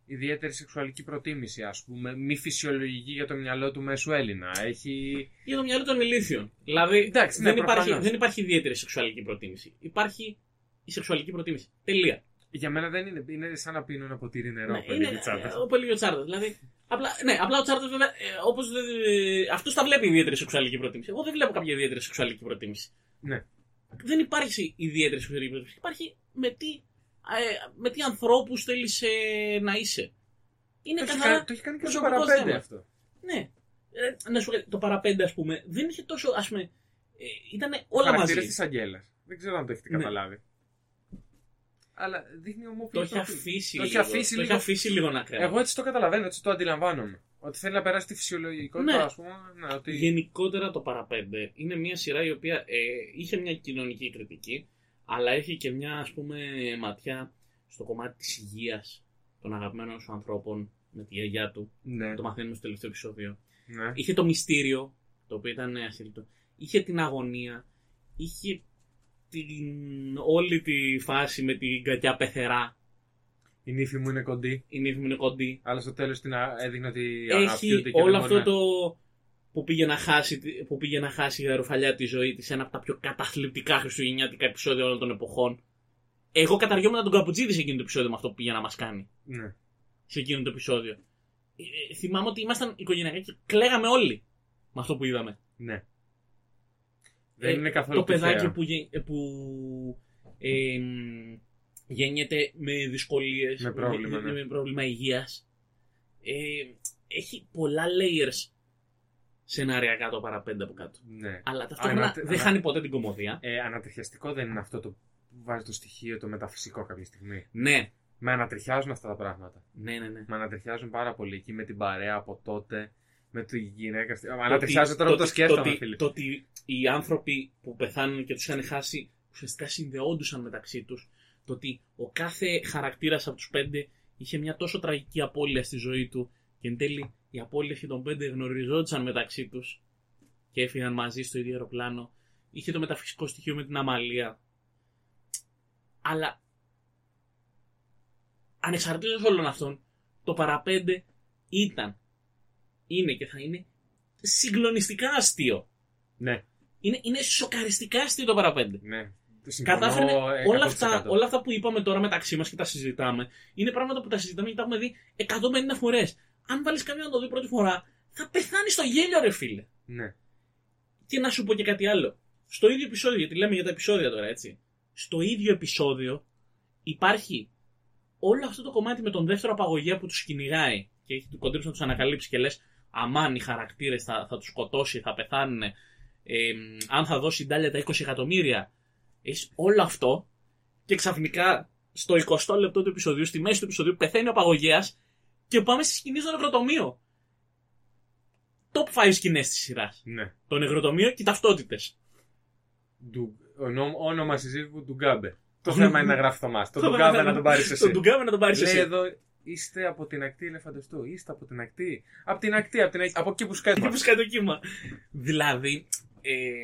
A: ιδιαίτερη σεξουαλική προτίμηση, ας πούμε, μη φυσιολογική για το μυαλό του μέσου Έλληνα. Έχει...
B: Για το μυαλό των ηλίθιων. Δηλαδή
A: Εντάξει, ναι,
B: δεν, υπάρχει,
A: προφανώς.
B: δεν υπάρχει ιδιαίτερη σεξουαλική προτίμηση. Υπάρχει η σεξουαλική προτίμηση. Τελεία.
A: Για μένα δεν είναι, είναι σαν να πίνω ένα ποτήρι νερό
B: Ναι,
A: από
B: είναι
A: λίγη τσάντα.
B: ε, πολύ ο Τσάρτερ. Δηλαδή, απλά, ναι, απλά ο Τσάρτερ, βέβαια, ε, όπως, ε, αυτός τα βλέπει ιδιαίτερη σεξουαλική προτίμηση. Εγώ δεν βλέπω κάποια ιδιαίτερη σεξουαλική προτίμηση.
A: Ναι.
B: Δεν υπάρχει ιδιαίτερη σεξουαλική προτίμηση. Υπάρχει με τι, ε, με τι ανθρώπους θέλεις ε, να είσαι. Είναι
A: Το έχει
B: καθαρά...
A: κάνει- το έχει κάνει και στο
B: προσωπικό
A: παραπέντε
B: θέμα.
A: αυτό.
B: Ναι. Ε, να σου πω κάτι, το παραπέντε, ας πούμε, δεν είχε τόσο, ας πούμε, ε, ήταν όλα μαζί.
A: Χαρακτήρες της Αγγέλας. Δεν ξέρω αν το έχετε
B: Ναι.
A: καταλάβει. Αλλά δείχνει ομόφυλη
B: Το έχει
A: προτίμηση.
B: αφήσει
A: Το
B: λίγο.
A: έχει αφήσει
B: το έχει
A: λίγο.
B: αφήσει λίγο να κρέμει.
A: Εγώ έτσι το καταλαβαίνω, έτσι το αντιλαμβάνομαι. Ότι θέλει να περάσει τη φυσιολογικότητα,
B: Ναι.
A: ας πούμε. Ναι, ότι...
B: Γενικότερα το παραπέντε είναι μια σειρά η οποία ε, είχε μια κοινωνική κριτική, αλλά έχει και μια ας πούμε ματιά στο κομμάτι της υγείας των αγαπημένων σου ανθρώπων με τη γιαγιά του.
A: Ναι,
B: Το μαθαίνουμε στο τελευταίο επεισόδιο.
A: ναι.
B: Είχε το μυστήριο, το οποίο ήταν ε, ασύλληπτο. Είχε την αγωνία. Είχε την όλη τη φάση με την κακιά πεθερά.
A: Η νύφη μου είναι κοντή.
B: Η νύφη μου είναι κοντή.
A: Αλλά στο τέλος την α- έδειχνε ότι
B: έχει
A: αγαπιούνται και ναι.
B: όλο
A: δεν
B: αυτό
A: μπορεί
B: το που πήγε να χάσει, τη- που πήγε να χάσει η γαροφαλιά τη ζωή της, ένα από τα πιο καταθλιπτικά χριστουγεννιάτικα επεισόδια όλων των εποχών. Εγώ καταργιόμουν τον Καπουτζίδη σε εκείνο το επεισόδιο με αυτό που πήγε να μας κάνει.
A: να- Ναι.
B: Σε εκείνο το επεισόδιο. Ε, ε, θυμάμαι ότι ήμασταν οικογενειακά και κλαίγαμε όλοι με αυτό που είδαμε.
A: ναι. Δεν
B: Ε,
A: είναι καθόλου
B: Το παιδάκι
A: τυχαίο.
B: που, γε- ε, που ε, γεννιέται με δυσκολίες,
A: Με πρόβλημα,
B: με,
A: ναι.
B: με πρόβλημα υγείας. Ε, έχει πολλά layers σενάρια το παραπέντε από κάτω.
A: Ναι.
B: Αλλά ταυτόχρονα
A: Ανατε-
B: δεν χάνει ποτέ την κομμωδία.
A: Ε, ανατριχιαστικό δεν είναι αυτό το που βάζει το στοιχείο το μεταφυσικό κάποια στιγμή.
B: Ναι,
A: Με ανατριχιάζουν αυτά τα πράγματα.
B: ναι, ναι. ναι.
A: Με ανατριχιάζουν πάρα πολύ εκεί με την παρέα από τότε, με τη γυναίκα. στη- Με ανατριχιάζω τώρα που το σκέφτομαι,
B: ότι-
A: φίλε.
B: Το ότι οι άνθρωποι που πεθάνουν και τους είχαν χάσει ουσιαστικά συνδεόντουσαν μεταξύ τους. Το ότι ο κάθε χαρακτήρας από τους πέντε είχε μια τόσο τραγική απώλεια στη ζωή του και εν τέλει οι απώλειε και των πέντε γνωριζόντουσαν μεταξύ τους και έφυγαν μαζί στο ίδιο αεροπλάνο. Είχε το μεταφυσικό στοιχείο με την αμαλία. Αλλά ανεξαρτήτως όλων αυτών, το παραπέντε ήταν, είναι και θα είναι συγκλονιστικά αστείο.
A: Ναι,
B: Είναι, είναι σοκαριστικά αστείο το παραπέντε.
A: ναι.
B: Κατάφερνε
A: Συμφωνώ
B: όλα, αυτά,
A: 100%.
B: όλα αυτά που είπαμε τώρα μεταξύ μας και τα συζητάμε είναι πράγματα που τα συζητάμε και τα έχουμε δει 150 φορές. Αν βάλεις κάποιον να το δει πρώτη φορά, θα πεθάνεις στο γέλιο, ρε φίλε.
A: Ναι.
B: Και να σου πω και κάτι άλλο. Στο ίδιο επεισόδιο, γιατί λέμε για τα επεισόδια τώρα, έτσι. Στο ίδιο επεισόδιο υπάρχει όλο αυτό το κομμάτι με τον δεύτερο απαγωγέα που τους κυνηγάει και έχει κοντρίψει να τους ανακαλύψει και λες: Αμάν, οι χαρακτήρες θα, θα τους σκοτώσει, θα πεθάνουν. Ε, μ, αν θα δώσει η Ντάλια τα 20 εκατομμύρια. Έχεις όλο αυτό και ξαφνικά στο 20 λεπτό του επεισοδίου, στη μέση του επεισοδίου, πεθαίνει ο απαγωγέας και πάμε στη σκηνή στο νεκροτομείο. Top 5 σκηνές της σειράς.
A: ναι.
B: Το νεκροτομείο και ταυτότητες.
A: Ντου- ονό- Όνομα συζύγου του Γκάμπε. Το θέμα είναι να γράφει το μας. Το του Γκάμπε να τον πάρει
B: Τον
A: εσύ.
B: Ντουγκάβε να τον πάρεις
A: Λέει
B: εσύ.
A: εδώ, είστε από την ακτή ελεφαντοστού. Είστε από την ακτή. Από την ακτή, από, την... ακτή, από εκεί που σκάει.
B: Και που σκάει το κύμα. Δηλαδή. ε,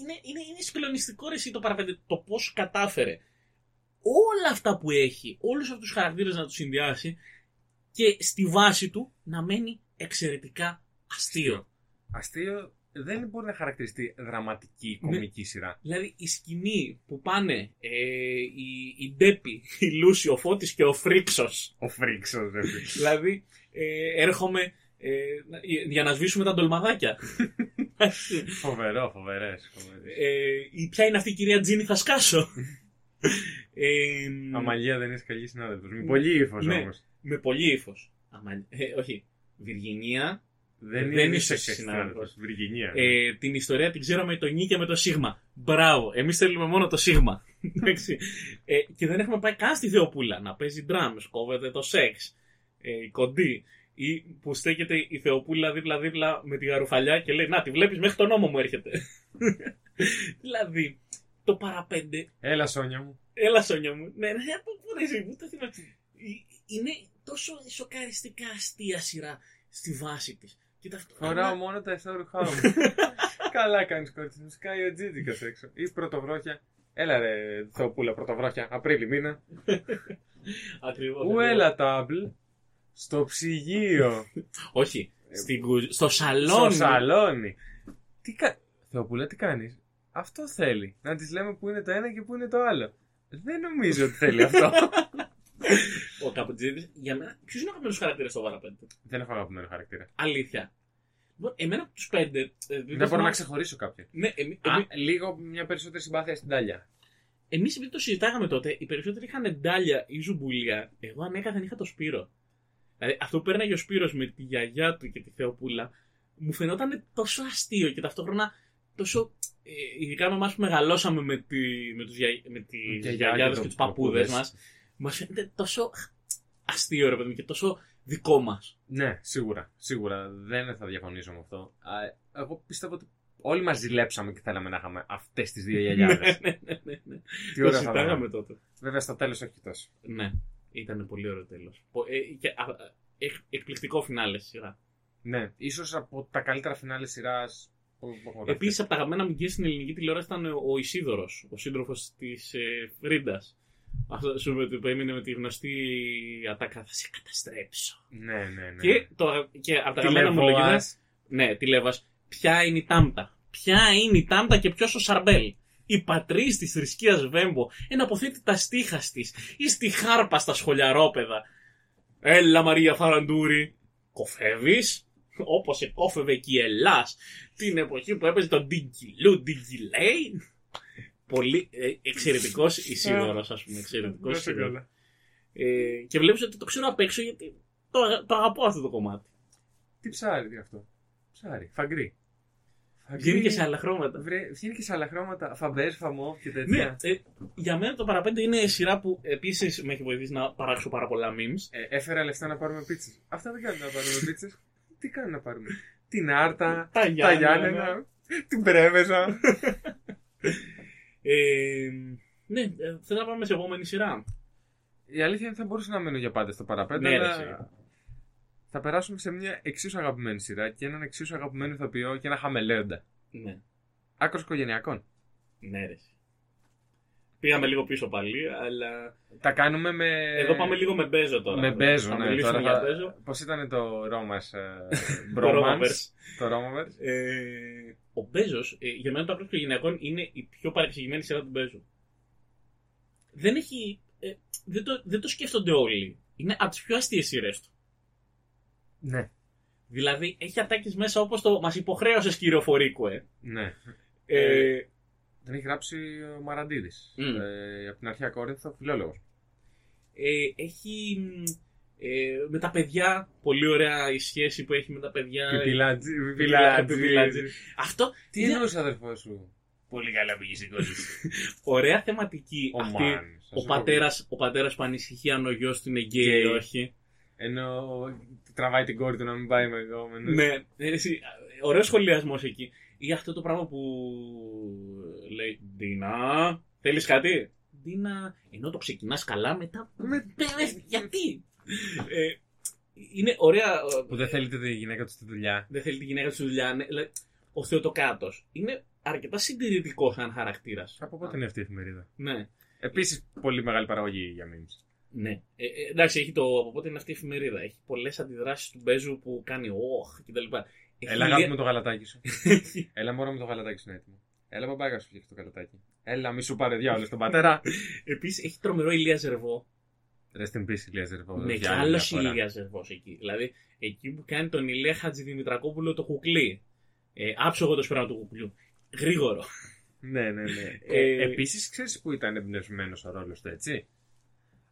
B: είναι, είναι, είναι συγκλονιστικό ρε εσύ το παραπέντε το πώς κατάφερε όλα αυτά που έχει, όλους αυτούς τους χαρακτήρες να τους συνδυάσει και στη βάση του να μένει εξαιρετικά αστείο.
A: Αστείο δεν μπορεί να χαρακτηριστεί δραματική
B: Ναι.
A: κομική σειρά.
B: Δηλαδή η σκηνή που πάνε ε, η, η Ντέπη, η Λούση, ο Φώτης και ο Φρίξος
A: Ο Φρίξος, δεν
B: Δηλαδή, ε, έρχομαι ε, να- για να σβήσουμε τα ντολμαδάκια.
A: Φοβερό, φοβερές.
B: ε, η- ποια είναι αυτή η κυρία Τζίνι, θα σκάσω. Ε,
A: Αμαλία δεν είσαι καλή συνάδελφος. Με πολύ ύφος
B: Ναι.
A: όμως.
B: με πολύ ύφος. Ε, όχι. Βυργινία.
A: Δεν,
B: Δεν
A: είσαι
B: είσαι
A: συνάδελφο.
B: συνάδελφος.
A: Βυργινία.
B: Ε, την ιστορία την ξέρω με το νι και με το σίγμα. Μπράβο. Εμείς θέλουμε μόνο το σίγμα. Εντάξει. ε, και δεν έχουμε πάει καν στη Θεοπούλα να παίζει drums, κόβεται το σεξ. Ε, η κοντή. Ή που στέκεται η Θεοπούλα δίπλα-δίπλα με τη γαρουφαλιά και λέει Να, τη βλέπεις μέχρι τον νόμο μου έρχεται. δηλαδή, το παραπέντε
A: Έλα, Σόνια μου.
B: Έλα, Σόνια μου. Ναι, ναι, από πού ρε, εσύ, πού το θυμάμαι. Ε, Είναι τόσο σοκαριστικά αστεία σειρά στη βάση της. Και ταυτόχρονα.
A: Φοράω μόνο τα εθά ρουχά μου. Καλά κάνεις κόρτσι. Μου σκάει ο Τζίτζικα έξω. Ή πρωτοβρόχια. Έλα ρε Θεοπούλα, πρωτοβρόχια. Απρίλη μήνα.
B: Ακριβώς,
A: Ου
B: ακριβώς.
A: έλα τάμπλ. Στο ψυγείο.
B: Όχι. στην κου- Στο
A: Ε, Στο
B: σαλόνι.
A: σαλόνι. Τι κα... Θεοπούλα, τι κάνεις. Αυτό θέλει. Να της λέμε που είναι το ένα και που είναι το άλλο. Δεν νομίζω ότι θέλει αυτό.
B: Ο Καπουτζίδη. Για μένα. Ποιος είναι ο αγαπημένος χαρακτήρας στο Βαραπέντε.
A: Δεν έχω αγαπημένο χαρακτήρα.
B: Αλήθεια. Λοιπόν, Εμένα από τους πέντε. ε,
A: Δεν
B: το
A: μπορώ
B: θυμάμαι-
A: να ξεχωρίσω κάποιον.
B: Ναι, εμεί.
A: Α, λίγο μια περισσότερη συμπάθεια στην τάλια.
B: Εμείς επειδή το συζητάγαμε τότε, οι περισσότεροι είχαν ντάλια ή ζουμπούλια. Εγώ ανέκαθεν είχα το Σπύρο. Δηλαδή αυτό που παίρναγε ο Σπύρος με τη γιαγιά του και τη Θεοπούλα μου φαινόταν τόσο αστείο και ταυτόχρονα τόσο. ε, ειδικά με εμάς που μεγαλώσαμε με, τη, με, τους για- με
A: Με
B: τι
A: τη γιαγιά
B: γιαγιάδες
A: και
B: και
A: τον
B: του παππούδε μα.
A: παππούδες.
B: Μα φαίνεται τόσο αστείο, ρε παιδί μου, και τόσο δικό μας.
A: Ναι, σίγουρα. Σίγουρα δεν θα διαφωνήσω με αυτό. Α, Εγώ πιστεύω ότι όλοι μας ζηλέψαμε και θέλαμε να είχαμε αυτές τις δύο γιαγιάδες.
B: ναι, ναι, ναι, ναι.
A: τι
B: Το
A: ωραία θα ήταν.
B: συζητάγαμε τότε.
A: Βέβαια στο τέλος όχι τόσο.
B: Ναι, ήταν πολύ ωραίο ε, τέλο. ε, εκπληκτικό φινάλε σειρά.
A: Ναι, ίσως από τα καλύτερα φινάλε σειράς που που έχω γραφτεί.
B: Επίσης, από τα αγαπημένα μου γκέι στην ελληνική τηλεόραση ήταν ο Ισίδωρος, ο σύντροφος της ε, Ρίντα. Αυτό σου είπε, που έμεινε με τη γνωστή ατάκα. Θα σε καταστρέψω.
A: Ναι, ναι, ναι.
B: Και, το, αγα- και από τα αγαπημένα μου
A: Τηλεβοάς.
B: λογίδα. Ναι, τη Λέβα. Ποια είναι η Τάμτα. Ποια είναι η Τάμτα και ποιος ο Σαρμπέλ. Η πατρίς της θρησκείας Βέμπο εναποθέτει τα στίχα της ή στη χάρπα στα σχολιαρόπεδα. Έλα Μαρία Φαραντούρη. Κοφεύεις. Όπως εκόφευε και η Ελλάς την εποχή που έπαιζε τον Ντιγκιλού, Ντιγκιλέι. Πολύ ε, εξαιρετικός Ισίδωρο, ας πούμε. Εξαιρετικός
A: Δώσε
B: Ισίδωρο.
A: Ναι, καλά.
B: Ε, και βλέπεις ότι το ξέρω απ' έξω γιατί το, αγα- το αγαπώ αυτό το κομμάτι.
A: Τι ψάρι είναι αυτό. Ψάρι. Φαγκρί.
B: Βγαίνει και σε άλλα χρώματα.
A: Βρε, βγαίνει και σε άλλα χρώματα. Φαμπέρ, φαμόφ και τέτοια.
B: Ναι, ε, για μένα το παραπέντε είναι σειρά που επίσης με έχει βοηθήσει να παράξω πάρα πολλά memes.
A: Ε, έφερα λεφτά να πάρουμε πίτσες. Αυτά δεν κάνουν να πάρουμε πίτσες. Τι κάνουν να πάρουμε. Την Άρτα,
B: Τα
A: τα
B: Γιάννενα.
A: Γιάννενα, την Πρέβεζα.
B: Ε, ναι, ε, θέλω να πάμε σε επόμενη σειρά.
A: Η αλήθεια είναι ότι θα μπορούσα να μείνω για πάντα στο παραπέντε,
B: Ναι, ρε,
A: αλλά θα περάσουμε σε μια εξίσου αγαπημένη σειρά και έναν εξίσου αγαπημένο ηθοποιό και ένα χαμελέοντα.
B: Ναι,
A: Άκρος οικογενειακών.
B: ναι, ρε. Πήγαμε λίγο πίσω πάλι, αλλά.
A: Τα κάνουμε με.
B: Εδώ πάμε λίγο με Μπέζο τώρα.
A: Ε, με Μπέζο,
B: Θα
A: ναι,
B: μιλήσουμε
A: τώρα
B: για
A: θα-
B: Μπέζο.
A: Πώς ήταν το Roma
B: Το
A: Bromance.
B: Romaverse.
A: το Romaverse.
B: Ε, ο Μπέζος, για μένα το άκρο των γυναικών είναι η πιο παρεξηγημένη σειρά του Μπέζο. Δεν έχει. ε, δεν, το, δεν το σκέφτονται όλοι. Είναι από τις πιο αστείες σειρές του.
A: Ναι.
B: Δηλαδή έχει ατάκες μέσα όπως το Μας υποχρέωσες κύριο Φορίκουε.
A: ναι.
B: Ε,
A: Την έχει γράψει ο Μαραντίδης.
B: Μμμ.
A: Ε, από την αρχαία Κόρινθο, φιλόλογος.
B: ε, έχει. μ, ε, με τα παιδιά. Πολύ ωραία η σχέση που έχει με τα παιδιά.
A: Πιπιλάτζι.
B: Πιπιλάτζι. Αυτό.
A: Τι
B: είναι
A: εννοούσε, αδερφός σου.
B: Πολύ καλά πήγε στην Ωραία θεματική.
A: Ο
B: αυτή.
A: Μαν. σας
B: Ο
A: έχω πει.
B: πατέρας ο πατέρας που ανησυχεί αν ο γιος του είναι γκέι
A: Γκέι.
B: ή όχι.
A: Ενώ τραβάει την κόρη του να μην πάει με εγώ. με-
B: Ναι, εσύ, ωραίος σχολιασμός εκεί. Ή αυτό το πράγμα που λέει Ντίνα, θέλεις κάτι. Ντίνα, ενώ το ξεκινάς καλά, μετά.
A: Με-
B: «Παι, ρε, γιατί. Ε, είναι ωραία. ε,
A: Που δεν θέλετε τη γυναίκα του στη δουλειά.
B: Δεν θέλει τη γυναίκα του στη δουλειά. ναι, λέ- Ο Θεοτοκάτο. Είναι αρκετά συντηρητικός σαν χαρακτήρας.
A: Από πότε είναι αυτή η εφημερίδα.
B: Ναι.
A: Επίσης, πολύ μεγάλη παραγωγή για memes.
B: Ναι. Ε, ε, εντάξει, έχει το. Από πότε είναι αυτή η εφημερίδα. Έχει πολλές αντιδράσεις του Μπέζου που κάνει όχ κτλ. Έχει
A: Έλα,
B: λι-
A: αγάπη με το γαλατάκι σου. Έλα, μωρό με το γαλατάκι σου είναι έτοιμο. Έλα, μπαμπάκα σου φτιάξει το γαλατάκι. Έλα, μη σου πάρε διάολο τον πατέρα.
B: Επίσης έχει τρομερό ηλία ζερβό.
A: Ρε στην πίση, λέει ζερβό.
B: Με Ναι, κι άλλο ηλία ζερβός εκεί. Δηλαδή εκεί που κάνει τον ηλία Χατζηδημητρακόπουλο το κουκλί. Ε, άψογο το σπέρμα του κουκλιού. Γρήγορο.
A: Ναι, ναι, ναι.
B: Ε,
A: Ε, Επίσης, ξέρεις που ήταν εμπνευσμένος ο ρόλος του, έτσι.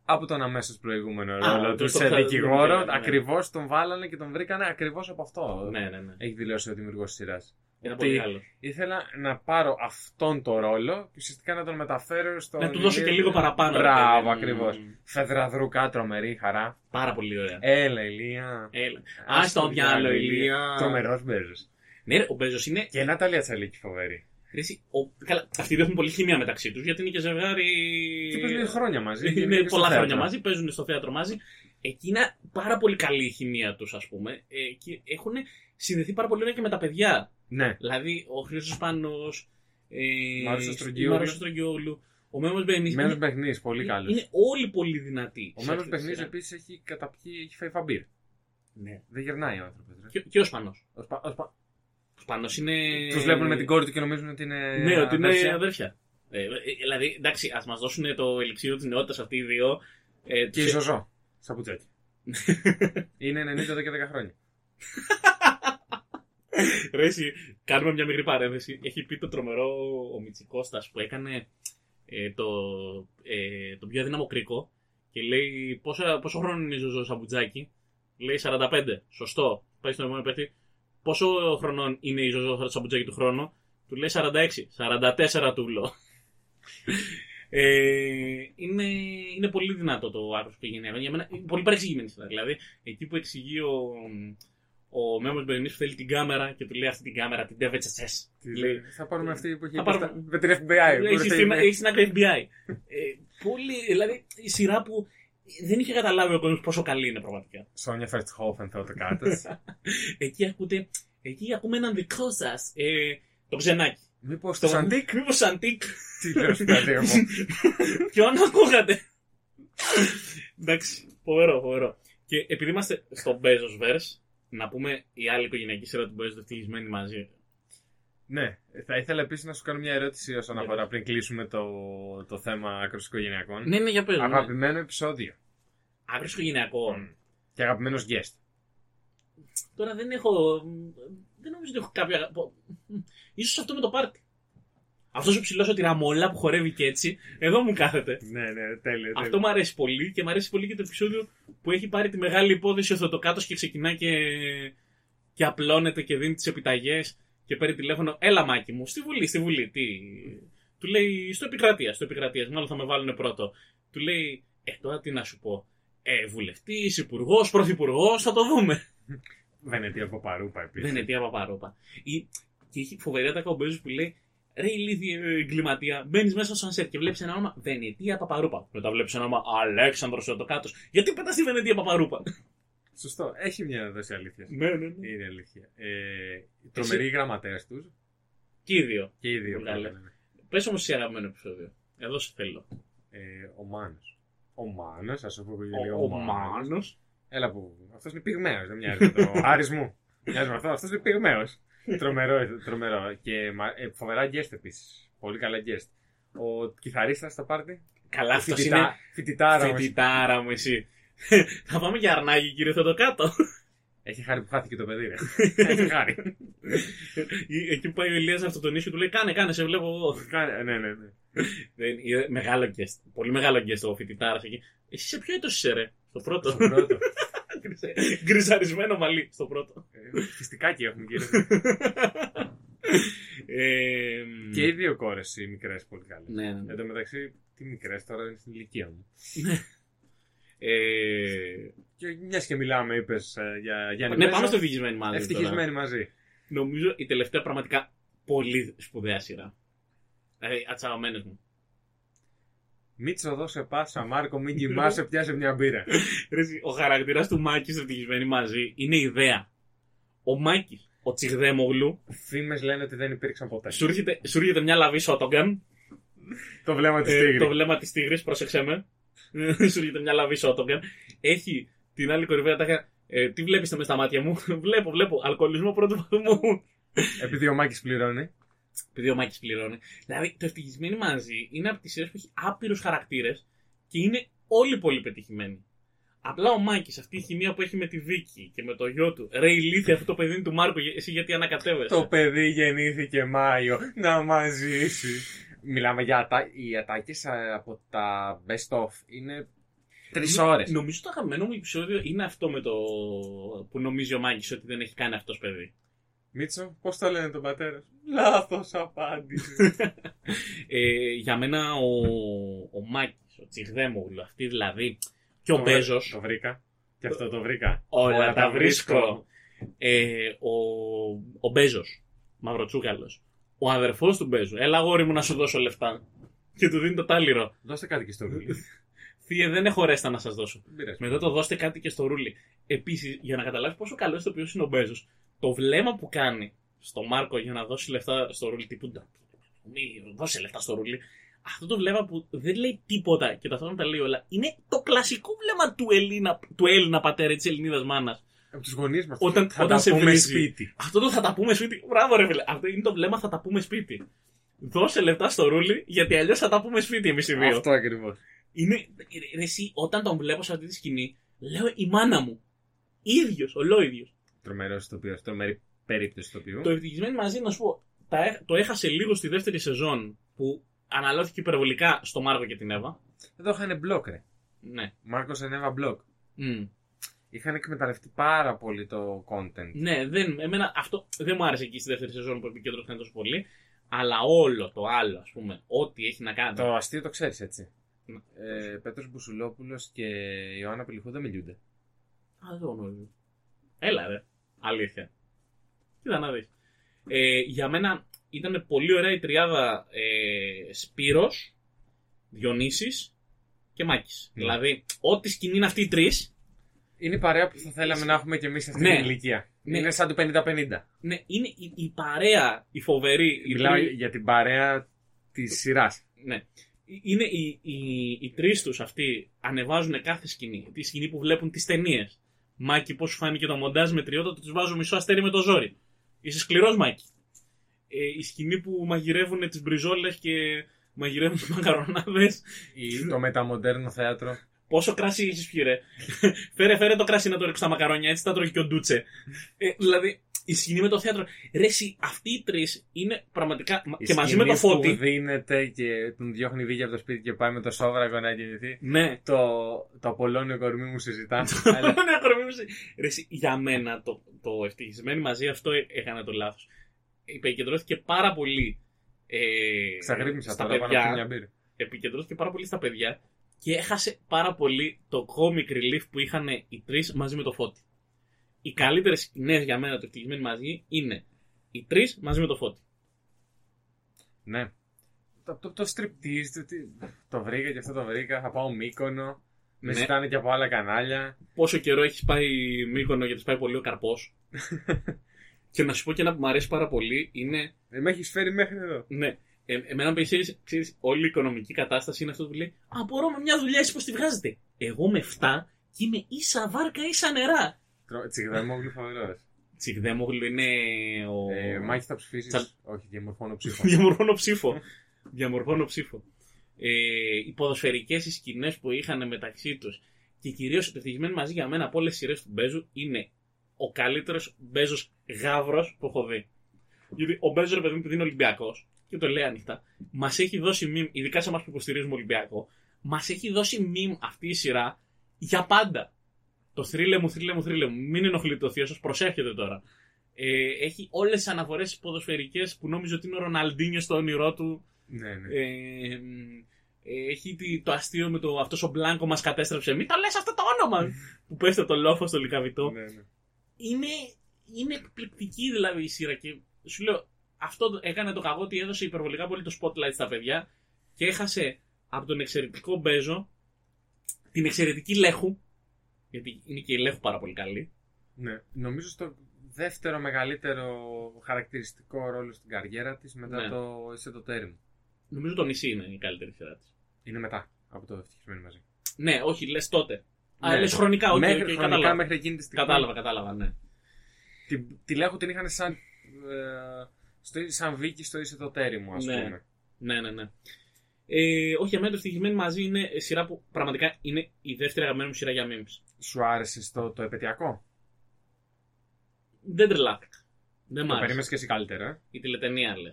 A: Από τον αμέσως προηγούμενο ρόλο
B: το
A: του
B: στο
A: σε
B: χα-
A: δικηγόρο,
B: ναι, ναι.
A: ακριβώς τον βάλανε και τον βρήκανε ακριβώς από αυτό.
B: ναι, ναι, ναι.
A: Έχει δηλώσει ο δημιουργός της σειράς.
B: Ήταν
A: Ότι
B: πολύ καλό.
A: ήθελα να πάρω αυτόν τον ρόλο και ουσιαστικά να τον μεταφέρω στον.
B: Να του δώσω και λίγο παραπάνω.
A: Μπράβο,
B: Μμμ.
A: ακριβώ. Φεδραδρούκα, τρομερή χαρά.
B: Πάρα πολύ ωραία.
A: Έλα, Ηλία.
B: Έλα. Α το διάλογο, ηλία.
A: Τρομερός Μπέζος.
B: Ναι, ρε, ο Μπέζος είναι.
A: Και Ναταλία Τσαλίκη, φοβερή.
B: ρε, εσύ, ο- Καλά, αυτοί δεν έχουν πολύ χημία μεταξύ τους γιατί είναι και ζευγάρι.
A: Και παίζουν χρόνια μαζί. και
B: Ε, Είναι
A: και στο
B: πολλά
A: θέατρο.
B: χρόνια μαζί, παίζουν στο θέατρο μαζί. Εκεί είναι πάρα πολύ καλή η χημεία τους, ας πούμε. Ε, και έχουν συνδεθεί πάρα πολύ ωραία και με τα παιδιά.
A: Ναι.
B: Δηλαδή, ο Χρήστος Πάνο. Ε,
A: Μάριος
B: η
A: Στρογγιούλου.
B: Μάριος Στρογγιούλου, Ο Μέμος Μπενής.
A: Μένο Μπεχνή,
B: ε,
A: πολύ καλός.
B: Είναι όλοι πολύ δυνατοί.
A: Ο
B: σε
A: Μέμος
B: αυτή τη
A: Μπεχνής
B: σειρά.
A: επίσης έχει καταπιεί, έχει φάει φαμπύρ.
B: Ναι.
A: Δεν γερνάει ο άνθρωπος.
B: Και, και ο Σπανός.
A: Ο σπα... ο σπα...
B: Ο Σπανός είναι.
A: Τους βλέπουν με την κόρη του και νομίζουν ότι είναι.
B: Ε, Ναι, ότι είναι
A: αδέρφια.
B: αδέρφια. Ε, ε, δηλαδή, εντάξει, ας μας δώσουν το ελιξίδιο της νεότητας αυτοί οι δύο. Ε,
A: Και η
B: τους-
A: Ζωζό. Σαπουτσάκι. είναι 90 εδώ και 10 χρόνια.
B: Ρε, εσύ, κάνουμε μια μικρή παρένθεση. Έχει πει το τρομερό ο Μητσικώστας που έκανε ε, το, ε, το πιο αδύναμο κρίκο και λέει πόσο, πόσο χρόνο είναι η Ζωζό Σαμπουτζάκη. Λέει 45. Σωστό. Πάει στον επόμενο παίχτη. Πόσο χρονών είναι η Ζωζό Σαμπουτζάκη του χρόνου. Του λέει 46. 44 του λέω. Ε, είναι, είναι πολύ δυνατό το άκρο του γενναίου. Για μένα είναι πολύ παρεξηγημένη σειρά. Δηλαδή, εκεί που εξηγεί ο, ο Μέμος Μπερνή που θέλει την κάμερα και του λέει αυτή την κάμερα, την DVHS. Λέει,
A: Θα πάρουμε αυτή που έχει
B: Θα
A: εκεί
B: πάρουμε-
A: στα- με την FBI. που
B: έχει
A: ήρθε
B: στην-
A: η-
B: έχει στην άκρη FBI. ε, πολύ, δηλαδή, η σειρά που δεν είχε καταλάβει ο κόσμος πόσο καλή είναι πραγματικά.
A: Σόνια Φερτσχόφεν, Θεό Τεκάτε.
B: Εκεί ακούτε, εκεί ακούμε έναν δικό σας. Ε, το ξενάκι.
A: Μήπω
B: Το
A: το Σαντίκ.
B: Μήπω Σαντίκ.
A: Τι λέω στα δύο μου.
B: Ποιον ακούγατε. Εντάξει, φοβερό, φοβερό. Και επειδή είμαστε στο Bezos Verse, να πούμε η άλλη οικογενειακή σειρά του Bezos ευτυχισμένη μαζί.
A: Ναι, θα ήθελα επίσης να σου κάνω μια ερώτηση όσον
B: Βέβαια.
A: αφορά πριν κλείσουμε το, το θέμα άκρος οικογενειακών.
B: Ναι, Mm. Λοιπόν. ναι, για πες. Αγάπη.
A: Αγαπημένο επεισόδιο.
B: Άκρος οικογενειακό.
A: Και αγαπημένος guest.
B: Τώρα δεν έχω. Δεν νομίζω ότι έχω κάποια. αγαπη- Ίσως αυτό με το πάρτι. Αυτός ο ψηλός ο τυραμόλα που χορεύει και έτσι, εδώ μου κάθεται.
A: Ναι, ναι, τέλειο.
B: Αυτό μου αρέσει πολύ και μου αρέσει πολύ και το επεισόδιο που έχει πάρει τη μεγάλη υπόθεση ο Θωτοκάτος και ξεκινά και, και απλώνεται και δίνει τις επιταγές και παίρνει τηλέφωνο. Έλα, μάκι μου, στη Βουλή, στη Βουλή. Τι. Του λέει στο επικρατεία, στο επικρατεία. Μάλλον θα με βάλουν πρώτο. Του λέει, Ε, τώρα τι να σου πω. Ε, βουλευτής, υπουργός, πρωθυπουργός, θα το δούμε.
A: Βενετία Παπαρούπα επίσης.
B: Δεν είναι Ναι, τι παπαρόπα. Ή- Και έχει φοβερή ατάκα ο Μπέζος που λέει Ρε ηλίθιε ε, εγκληματία, μπαίνεις μέσα στο σανσέρ και βλέπεις ένα όνομα Βενετία Παπαρούπα. Μετά βλέπεις ένα όνομα Αλέξανδρος Οτοκάτο. Γιατί πετάς τη Βενετία Παπαρούπα.
A: Σωστό. Έχει μια δόση αλήθειας.
B: ναι, ναι, ναι.
A: Είναι αλήθεια. Ε, τρομεροί γραμματέ τους
B: Και οι δύο.
A: και οι δύο.
B: Βγάλε.
A: πάλι, ναι.
B: Πες όμως σε αγαπημένο επεισόδιο. Εδώ σε θέλω.
A: Ε, ο Μάνος. Ο Μάνος, ας το πω και
B: Ο-
A: λίγο.
B: ο Μάνος.
A: Έλα που. Αυτός είναι πυγμαίος, δεν μοιάζει με το αριθμό. Μοιάζει με αυτό, αυτός είναι πυγμαίος. τρομερό, τρομερό. Και μα- ε, φοβερά guest επίσης. Πολύ καλά guest. Ο κιθαρίστας στα πάρτι.
B: Καλά, αυτό είναι.
A: Φοιτητά, φοιτητάρα μας.
B: Φοιτητάρα μου εσύ. Θα πάμε για αρνάκι, κύριε Θεοτοκάτο.
A: Έχει χάρη που χάθηκε το παιδί, ρε. Έχει χάρη.
B: Ή- Εκεί που πάει ο Ηλίας αυτό τον ίσιο του λέει: Κάνε, κάνε, σε βλέπω εγώ.
A: Κάνε- ναι, ναι, ναι.
B: Δεν- είδε- μεγάλο guest. Πολύ μεγάλο guest ο φοιτητάρας εκεί. Εσύ σε ποιο έτος είσαι, ρε. Στο
A: Το
B: πρώτο.
A: πρώτο.
B: Γκριζε- Γκριζαρισμένο μαλλί. Στο πρώτο.
A: Ε, Φιστικάκι έχουν γύρω.
B: Ε,
A: και οι δύο κόρες οι μικρές πολύ καλές.
B: Ναι, ναι.
A: Εν τω μεταξύ, τι μικρές τώρα είναι στην ηλικία μου.
B: Ε,
A: Και μιας και μιλάμε, είπες για Γιάννη.
B: ναι,
A: Μπέζο,
B: πάμε στο ευτυχισμένοι μάλλον.
A: Ευτυχισμένοι μαζί.
B: Νομίζω η τελευταία πραγματικά πολύ σπουδαία σειρά. Δηλαδή, ατσαγωμένε μου.
A: Μίτσο, δώσε πάσα, Μάρκο, μην κοιμάσαι, πιάσε μια μπύρα.
B: Ρε εσύ, Ο χαρακτήρας του Μάκης στο ευτυχισμένοι μαζί είναι ιδέα. Ο Μάκης, ο Τσιγδέμογλου,
A: Φήμες λένε ότι δεν υπήρξαν ποτέ.
B: σου έρχεται, σου έρχεται μια λαβή Σότογκαν
A: Το βλέμμα της
B: Ε, το
A: τίγρη.
B: βλέμμα της τίγρης, πρόσεξε με. Σου έρχεται μια λαβή σότογκαν. Έχει την άλλη κορυφαία τάχα. Ε, τι βλέπεις μες στα μάτια μου. βλέπω, βλέπω. Αλκοολισμό πρώτου βαθμού.
A: Επειδή ο Μάκης πληρώνει.
B: Επειδή ο Μάκης πληρώνει. Δηλαδή, το ευτυχισμένοι μαζί είναι από τις σειρές που έχει άπειρους χαρακτήρες και είναι όλοι πολύ πετυχημένοι. Απλά ο Μάκης, αυτή η χημεία που έχει με τη Βίκη και με το γιο του. Ρε ηλίθεια, αυτό το παιδί είναι του Μάρκο, εσύ γιατί ανακατεύεσαι.
A: Το παιδί γεννήθηκε Μάιο να μας ζήσει. Μιλάμε για ατα... οι ατάκες από τα best of. Είναι τρεις ώρες.
B: Νομίζω το αγαπημένο μου επεισόδιο είναι αυτό με το που νομίζει ο Μάκης ότι δεν έχει κάνει αυτός παιδί.
A: Μίτσο, πώς το λένε τον πατέρα σου. Λάθος απάντηση.
B: Ε, για μένα ο, ο Μάκης, ο Τσιγδέμογλου, αυτή δηλαδή, και ο
A: Το-
B: Μπέζος,
A: Το βρήκα. Και αυτό το βρήκα.
B: όλα τα βρίσκω. Ε, ο, ο Μπέζος, μαυροτσούκαλος, ο αδερφός του Μπέζου, έλα αγόρι μου να σου δώσω λεφτά. Και του δίνει το τάλιρο.
A: Δώστε κάτι και στο βιβλίο.
B: Θύε, δεν έχω ρέστα να σας δώσω.
A: Δεν πειράζει.
B: Μετά το δώστε κάτι και στο ρούλι. Επίσης, για να καταλάβεις πόσο καλός το οποίο είναι ο Μπέζος, το βλέμμα που κάνει στο Μάρκο για να δώσει λεφτά στο ρούλι, τύπου «Ντα, μη δώσε λεφτά στο ρούλι. Αυτό το βλέμμα που δεν λέει τίποτα και ταυτόχρονα τα λέει όλα, είναι το κλασικό βλέμμα του Έλληνα, του Έλληνα πατέρα, της Ελληνίδας μάνας.
A: Από τους γονείς μας.
B: Όταν-
A: θα
B: όταν
A: τα
B: σε
A: πούμε
B: βρίζει.
A: σπίτι.
B: Αυτό το θα τα πούμε σπίτι. Μπράβο, ρε φίλε. Αυτό είναι το βλέμμα θα τα πούμε σπίτι. Δώσε λεφτά στο ρούλι, γιατί αλλιώς θα τα πούμε σπίτι εμείς οι δύο.
A: Αυτό ακριβώς.
B: Είναι, ρε, εσύ, όταν τον βλέπω σε αυτή τη σκηνή, λέω η μάνα μου. ίδιος, ολόιδιος.
A: Τρομερό ηθοποιός, τρομερή περίπτωση ηθοποιού.
B: Το ευτυχισμένο μαζί, να σου πω, τα έχ- το έχασε λίγο στη δεύτερη σεζόν που αναλώθηκε υπερβολικά στο Μάρκο και την Εύα.
A: Εδώ είχαν μπλοκ, ρε.
B: Ναι.
A: Μάρκος Ενέβα μπλοκ.
B: Μμ.
A: Είχαν εκμεταλλευτεί πάρα πολύ το content.
B: Ναι, δεν, εμένα αυτό δεν μου άρεσε εκεί στη δεύτερη σεζόν που επικεντρώθηκαν τόσο πολύ. Αλλά όλο το άλλο, ας πούμε, ό,τι έχει να κάνει.
A: Το αστείο το ξέρεις έτσι.
B: Ναι.
A: Ε, Πέτρος Μπουσουλόπουλος και η Ιωάννα Πελιχού δεν μιλούνται.
B: Α, δεν το γνωρίζω. Έλα, ρε. Αλήθεια. Κοίτα να δεις. Ε, για μένα ήταν πολύ ωραία η τριάδα ε, Σπύρος, Διονύσης και Μάκης.
A: Ναι.
B: Δηλαδή, ό,τι σκηνή είναι αυτοί οι τρεις,
A: Είναι η παρέα που θα θέλαμε να έχουμε κι εμεί αυτή
B: Ναι.
A: την ηλικία.
B: Ναι.
A: Είναι σαν το 50-50.
B: ναι, είναι η, η παρέα, η φοβερή. Η
A: Μιλάω
B: τρι-
A: για την παρέα της σειράς.
B: Ναι. Είναι οι, οι, οι τρεις τους αυτοί ανεβάζουν κάθε σκηνή. Τη σκηνή που βλέπουν τις ταινίες. Μάκη, πώς σου φάνηκε το μοντάζ με τριώτα, τους βάζω μισό αστέρι με το ζόρι. Είσαι σκληρός, Μάκη. Ε, η σκηνή που μαγειρεύουν τις μπριζόλες και μαγειρεύουν τι μακαρονάδε.
A: το μεταμοντέρνο θέατρο.
B: Πόσο κράσι έχεις πιει, ρε. φέρε, φέρε το κράσι να το ρίξω στα μακαρόνια, έτσι τα τρώει και ο Ντούτσε. Ε, δηλαδή, η σκηνή με το θέατρο. Ρε, εσύ, αυτοί οι τρεις είναι πραγματικά.
A: Η
B: και μαζί με
A: σκηνή
B: το φώτι.
A: Που δίνεται και τον διώχνει δίκαια από το σπίτι και πάει με το σόβρακο να γεννηθεί.
B: Ναι.
A: Το, το απολώνιο κορμί μου συζητά. αλλά
B: Ναι, κορμί μου, εσύ. Ρε, εσύ, για μένα το, το ευτυχισμένοι μαζί αυτό έ- έκανε το λάθος. Επικεντρώθηκε πάρα πολύ. Ε,
A: ξαγρύπνησα
B: στα
A: τώρα πάνω από
B: παιδιά,
A: μια μπύρα.
B: επικεντρώθηκε πάρα πολύ στα παιδιά και έχασε πάρα πολύ το comic relief που είχαν οι τρεις μαζί με το φώτι. Οι καλύτερες σκηνές για μένα το ευτυχισμένοι μαζί είναι οι τρεις μαζί με το φώτι.
A: Ναι. Το, το, το striptease, το, τι- το βρήκα και αυτό το βρήκα. Θα πάω Μύκονο. Με
B: Ναι.
A: ζητάνε και από άλλα κανάλια.
B: Πόσο καιρό έχεις πάει Μύκονο γιατί σπάει πολύ ο καρπός. και να σου πω και ένα που μου αρέσει πάρα πολύ είναι
A: Ε, με έχεις φέρει μέχρι εδώ.
B: Ναι. Ε, εμένα με ξέρεις, ξέρεις, όλη η οικονομική κατάσταση είναι αυτό που λέει Α, μπορώ με μια δουλειά, εσύ πώς τη βγάζετε. Εγώ με 7 και είμαι ίσα βάρκα, ίσα νερά.
A: Τρο- Τσιγδαρμόγλου φοβερό.
B: Τσιγδέμογλου είναι ο.
A: Ε, Μάχη θα ψηφίσεις.
B: Τσα-
A: Όχι, διαμορφώνω ψήφο.
B: Διαμορφώνω ψήφο. Διαμορφώνω ψήφο. Ε, οι ποδοσφαιρικές σκηνές που είχαν μεταξύ τους και κυρίως επιτυχημένοι μαζί για μένα από όλες τις σειρές του Μπέζου είναι ο καλύτερος Μπέζος γάβρο που έχω δει. Γιατί ο Μπέζος, ρε παιδί μου, επειδή είναι Ολυμπιακός και το λέει ανοιχτά, μας έχει δώσει μιμ, ειδικά σε εμάς που υποστηρίζουμε Ολυμπιακό, μας έχει δώσει μιμ αυτή η σειρά για πάντα. Το θρύλε μου, θρύλε μου, θρύλε μου. Μην ενοχλείτε το θείος σας, προσέχετε τώρα. Ε, έχει όλες τις αναφορές ποδοσφαιρικές που νόμιζε ότι είναι ο Ροναλντίνιο στο όνειρό του.
A: ναι, ναι.
B: Ε, ε, έχει τι- το αστείο με το αυτός ο Μπλάνκο μας κατέστρεψε. Μην τα λες αυτό το όνομα! που πέφτει από το λόφος στο λικαβιτό.
A: ναι, ναι.
B: είναι, είναι εκπληκτική δηλαδή η σειρά. Και σου λέω, αυτό το- έκανε το κακό ότι έδωσε υπερβολικά πολύ το spotlight στα παιδιά και έχασε από τον εξαιρετικό Μπέζο την εξαιρετική Λέχου. Γιατί είναι και η Λέχου πάρα πολύ καλή.
A: Ναι. Νομίζω στο δεύτερο μεγαλύτερο χαρακτηριστικό ρόλο στην καριέρα της μετά
B: Ναι.
A: το Είσαι το τέρι μου.
B: Νομίζω το νησί είναι η καλύτερη σειρά της.
A: Είναι μετά από το ευτυχισμένο μαζί.
B: Ναι, όχι, λες τότε. Α,
A: Ναι.
B: λες χρονικά, οκ,
A: μέχρι
B: οκ,
A: χρονικά,
B: κατάλαβα.
A: μέχρι εκείνη τη στιγμή.
B: Κατάλαβα, κατάλαβα, ναι.
A: Την, τη Λέχου την είχαν σαν, ε, στο, σαν Βίκη στο Είσαι το τέρι μου, ας
B: Ναι.
A: πούμε.
B: Ναι, ναι, ναι. Ε, όχι, εμένα το ευτυχισμένοι μαζί είναι σειρά που πραγματικά είναι η δεύτερη αγαπημένη μου σειρά για memes.
A: Σου άρεσε στο, το επαιτειακό.
B: Δεν τρελάθηκα. Δεν μ'
A: Το
B: άρεσε.
A: περίμενες και εσύ καλύτερα. ε.
B: Η τηλετενία λε.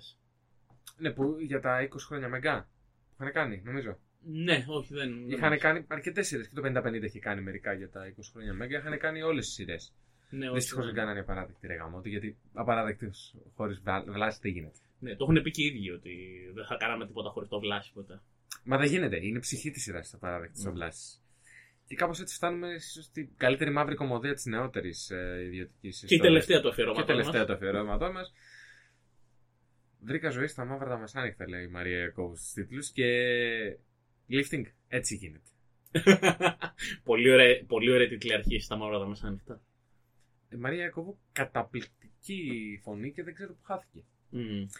A: Ναι, που για τα 20 χρόνια μεγκά. Είχαν κάνει, νομίζω.
B: Ναι, όχι, δεν. δεν
A: Είχαν
B: μ' άρεσε.
A: κάνει αρκετές σειρές. Και το 50-50 είχε κάνει μερικά για τα 20 χρόνια μεγκά. Είχαν κάνει όλες τις σειρές.
B: Ναι, όχι,
A: Δυστυχώ δεν
B: ναι.
A: κάνανε απαράδεκτη ρε γαμότο, γιατί απαράδεκτη χωρί βλάση δεν γίνεται.
B: Ναι, το έχουν πει και οι ίδιοι ότι δεν θα κάναμε τίποτα χωρίς το βλάσι ποτέ.
A: Μα δεν γίνεται. Είναι ψυχή της σειράς τα παράδεκτη
B: Ναι.
A: mm. βλάσης. Και κάπως έτσι φτάνουμε ίσως στην καλύτερη μαύρη κομμωδία της νεότερης ε, ιδιωτικής
B: Και η τελευταία του αφιερώματο.
A: Και τελευταία το αφιερώματός μας. Βρήκα ζωή στα μαύρα τα μεσάνυχτα, λέει η Μαρία Ιακώβου στους τίτλους. Και. Lifting, έτσι γίνεται.
B: πολύ, ωραία, πολύ ωραία τίτλη αρχή στα μαύρα τα μεσάνυχτα.
A: Η Μαρία Ιακώβου καταπληκτική φωνή και δεν ξέρω που χάθηκε.
B: Mm.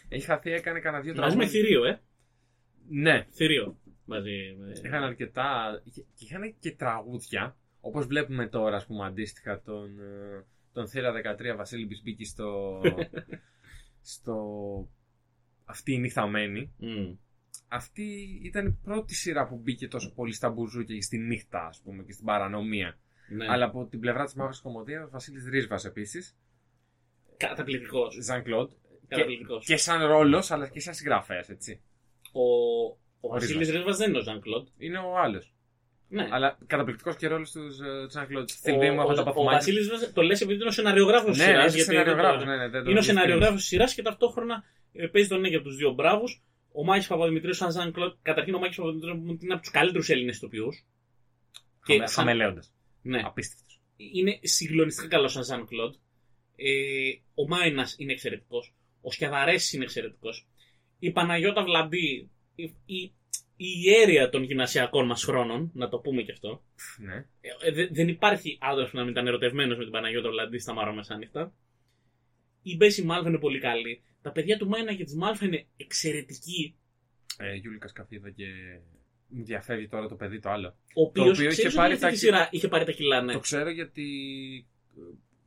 A: Έχει χαθεί, έκανε κανένα δύο
B: Μαζί με θηρίο, ε.
A: Ναι,
B: Θηρίο. Μαζί με.
A: Είχαν αρκετά. είχε- και Είχαν και τραγούδια. Όπως βλέπουμε τώρα, ας πούμε, αντίστοιχα τον, ε, τον Θήρα 13 Βασίλη Μπισμπίκη στο. στο. Αυτή η νυχταμένη.
B: Μμμ.
A: Αυτή ήταν η πρώτη σειρά που μπήκε τόσο πολύ στα μπουζούκια και στη νύχτα, ας πούμε, και στην παρανομία.
B: Ναι.
A: Αλλά από την πλευρά της μαύρης κομμωδίας, ο Βασίλης Ρίσβας επίσης.
B: Καταπληκτικός.
A: Ζαν Κλοντ.
B: Καταπληκτικός.
A: Και σαν ρόλος, αλλά και σαν συγγραφέας, έτσι.
B: Ο, ο
A: Ρίσβας.
B: Βασίλη Ρίσβα δεν είναι ο Ζαν Κλοντ.
A: Είναι ο άλλος.
B: Ναι.
A: Αλλά καταπληκτικός και ρόλο του Ζαν Κλοντ. Στην
B: ο,
A: μου έχω τα
B: ο, ο
A: παθμάκια.
B: Βασίλη Ρίσβα το λες επειδή είναι ο σεναριογράφος τη
A: Ναι,
B: σειράς.
A: είναι σεναριογράφος, ναι, ναι, δεν το
B: Είναι ο
A: διευκρίνησα.
B: σεναριογράφο τη σειράς και ταυτόχρονα ε, παίζει τον Νέγκερ από τους δύο μπράβους. Ο Μάκη Παπαδημητρίου, σαν Ζαν Κλοντ. Καταρχήν ο Μάκη Παπαδημητρίου είναι από τους καλύτερους Έλληνες ηθοποιούς.
A: Χαμε-
B: και σαν-
A: Χαμελέοντας.
B: Ναι.
A: Απίστευτος.
B: Είναι συγκλονιστικά καλός σαν Ζαν Κλοντ. Ε, ο Μάινας είναι εξαιρετικός. Ο Σκιαδαρέ είναι εξαιρετικός. Η Παναγιώτα Βλαντή, η, η, η ιέρεια των γυμνασιακών μας χρόνων, να το πούμε και αυτό.
A: Πφ, Ναι.
B: Ε, δε- δεν υπάρχει άντρα που να μην ήταν ερωτευμένος με την Παναγιώτα Βλαντή στα μαύρα μεσάνυχτα. Η Μπέση Μάλφα είναι πολύ καλή. Τα παιδιά του Μάινα και της Μάλφα είναι εξαιρετική.
A: Ε, Γιούλικα Καφίδα και. Μου διαφεύγει τώρα το παιδί το άλλο.
B: Ο οποίος
A: οποίο είχε
B: είχε
A: πάρει
B: πάρει
A: τα
B: τη
A: κι-
B: σειρά. Είχε πάρει τα κιλά, ναι.
A: Το ξέρω γιατί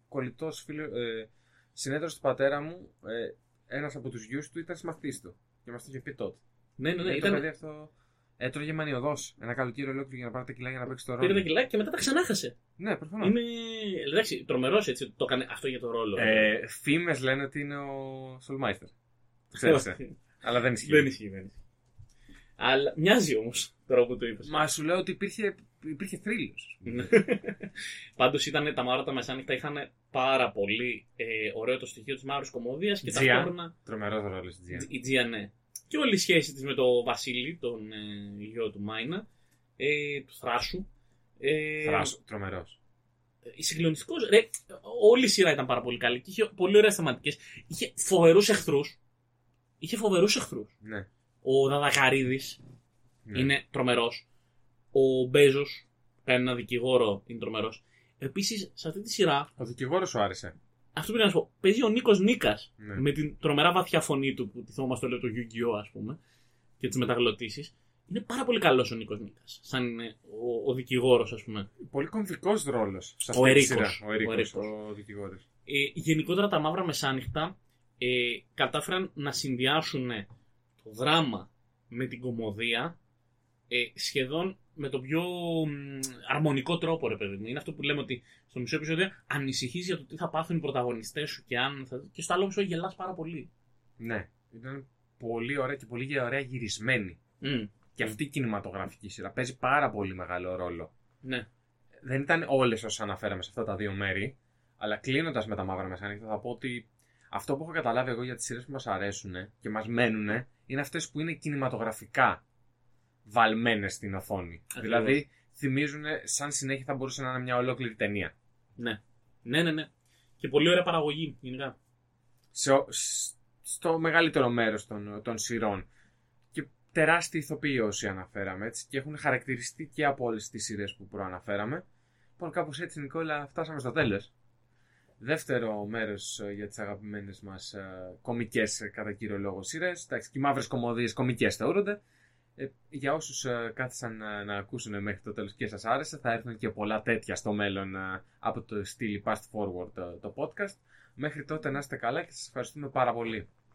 A: κολλητό φίλο. Ε, συνέδριος του πατέρα μου, ε, ένας από τους γιους του ήταν συμμαθής του. Και μας το είχε πει τότε.
B: ναι, ναι, ναι,
A: Γιατί Το
B: ήταν,
A: παιδί αυτό Έτρωγε μανιωδώς ένα καλοκαίρι ολόκληρο για να πάρει τα κιλά για να παίξει το ρόλο.
B: Πήρε τα κιλά και μετά τα ξανάχασε.
A: Ναι, προφανώς.
B: Είναι. Εντάξει, τρομερός έτσι το έκανε αυτό για το ρόλο.
A: Ε, Φήμες λένε ότι είναι ο Σολμάιστερ. Ξέρεις, ε. Αλλά δεν ισχύει.
B: Δεν ισχύει, δεν ισχύει. Αλλά μοιάζει όμως τώρα που το είπες.
A: Μα σου λέω ότι υπήρχε, υπήρχε θρύλος.
B: Ναι. Πάντως ήταν τα μαύρα τα μεσάνυχτα είχαν πάρα πολύ ε, ωραίο το στοιχείο της μαύρη κομμωδίας και
A: Τζία.
B: ταυτόχρονα.
A: Τρομερός ρόλος στην Τζιάν.
B: Η Τζία, ναι. Και όλη η σχέση της με τον Βασίλη, τον ε, γιο του Μάινα, ε, του Θράσου. Ε,
A: Θράσο, τρομερό.
B: Συγκλονιστικό. Όλη η σειρά ήταν πάρα πολύ καλή και είχε πολύ ωραίες θεματικές. Είχε φοβερούς εχθρούς. Είχε φοβερούς εχθρούς.
A: Ναι.
B: Ο Δαδακαρίδη
A: ναι.
B: είναι τρομερός. Ο Μπέζος, κάνει ένα δικηγόρο, είναι τρομερός. Επίσης, σε αυτή τη σειρά,
A: Ο δικηγόρος σου άρεσε.
B: αυτό που να σου πω, παίζει ο Νίκος Νίκας
A: Ναι.
B: με την τρομερά βαθιά φωνή του που τη θυμόμαστε όλο το Yu-Gi-Oh! ας πούμε και τις μεταγλωτήσεις. Είναι πάρα πολύ καλός ο Νίκος Νίκας. Σαν ε, ο, ο δικηγόρος, ας πούμε.
A: Πολύ κομβικός ρόλος.
B: Ο Ερίκος.
A: Ο Ερίκο.
B: Ο
A: Ο,
B: Ερίκος.
A: δικηγόρος.
B: Ε, γενικότερα τα μαύρα μεσάνυχτα ε, κατάφεραν να συνδυάσουν το δράμα με την κομμωδία ε, σχεδόν με τον πιο μ, αρμονικό τρόπο, ρε παιδί μου. Είναι αυτό που λέμε ότι στο μισό επεισόδιο ανησυχείς για το τι θα πάθουν οι πρωταγωνιστές σου και αν θα... Και στο άλλο μισό γελάς πάρα πολύ.
A: Ναι. Ήταν πολύ ωραία και πολύ ωραία γυρισμένη.
B: Μμ,
A: Και αυτή η κινηματογραφική σειρά παίζει πάρα πολύ μεγάλο ρόλο.
B: ναι.
A: δεν ήταν όλες όσες αναφέραμε σε αυτά τα δύο μέρη. Αλλά κλείνοντας με τα μαύρα μεσάνυχτα, θα πω ότι αυτό που έχω καταλάβει εγώ για τις σειρές που μας αρέσουν και μας μένουν είναι αυτές που είναι κινηματογραφικά βαλμένες στην οθόνη.
B: Ακριβώς.
A: Δηλαδή θυμίζουν σαν συνέχεια θα μπορούσε να είναι μια ολόκληρη ταινία.
B: Ναι. Ναι, ναι, ναι. Και πολύ ωραία παραγωγή γενικά.
A: Σε, ο- σ- στο μεγαλύτερο μέρος των, των σειρών. Και τεράστιοι ηθοποιοί όσοι αναφέραμε έτσι. Και έχουν χαρακτηριστεί και από όλες τις σειρές που προαναφέραμε. Λοιπόν, κάπως έτσι, Νικόλα, φτάσαμε στο τέλος. Δεύτερο μέρος για τις αγαπημένες μας κομικές ε, κατά κύριο λόγο σειρές. Εντάξει, και οι μαύρες κομμωδίες κομικές θεωρούνται. Ε, για όσους κάθισαν ε, να ακούσουν μέχρι το τέλος και σας άρεσε, θα έρθουν και πολλά τέτοια στο μέλλον ε, από το στυλ Fast Forward ε, το podcast. Μέχρι τότε να είστε καλά και σας ευχαριστούμε πάρα πολύ.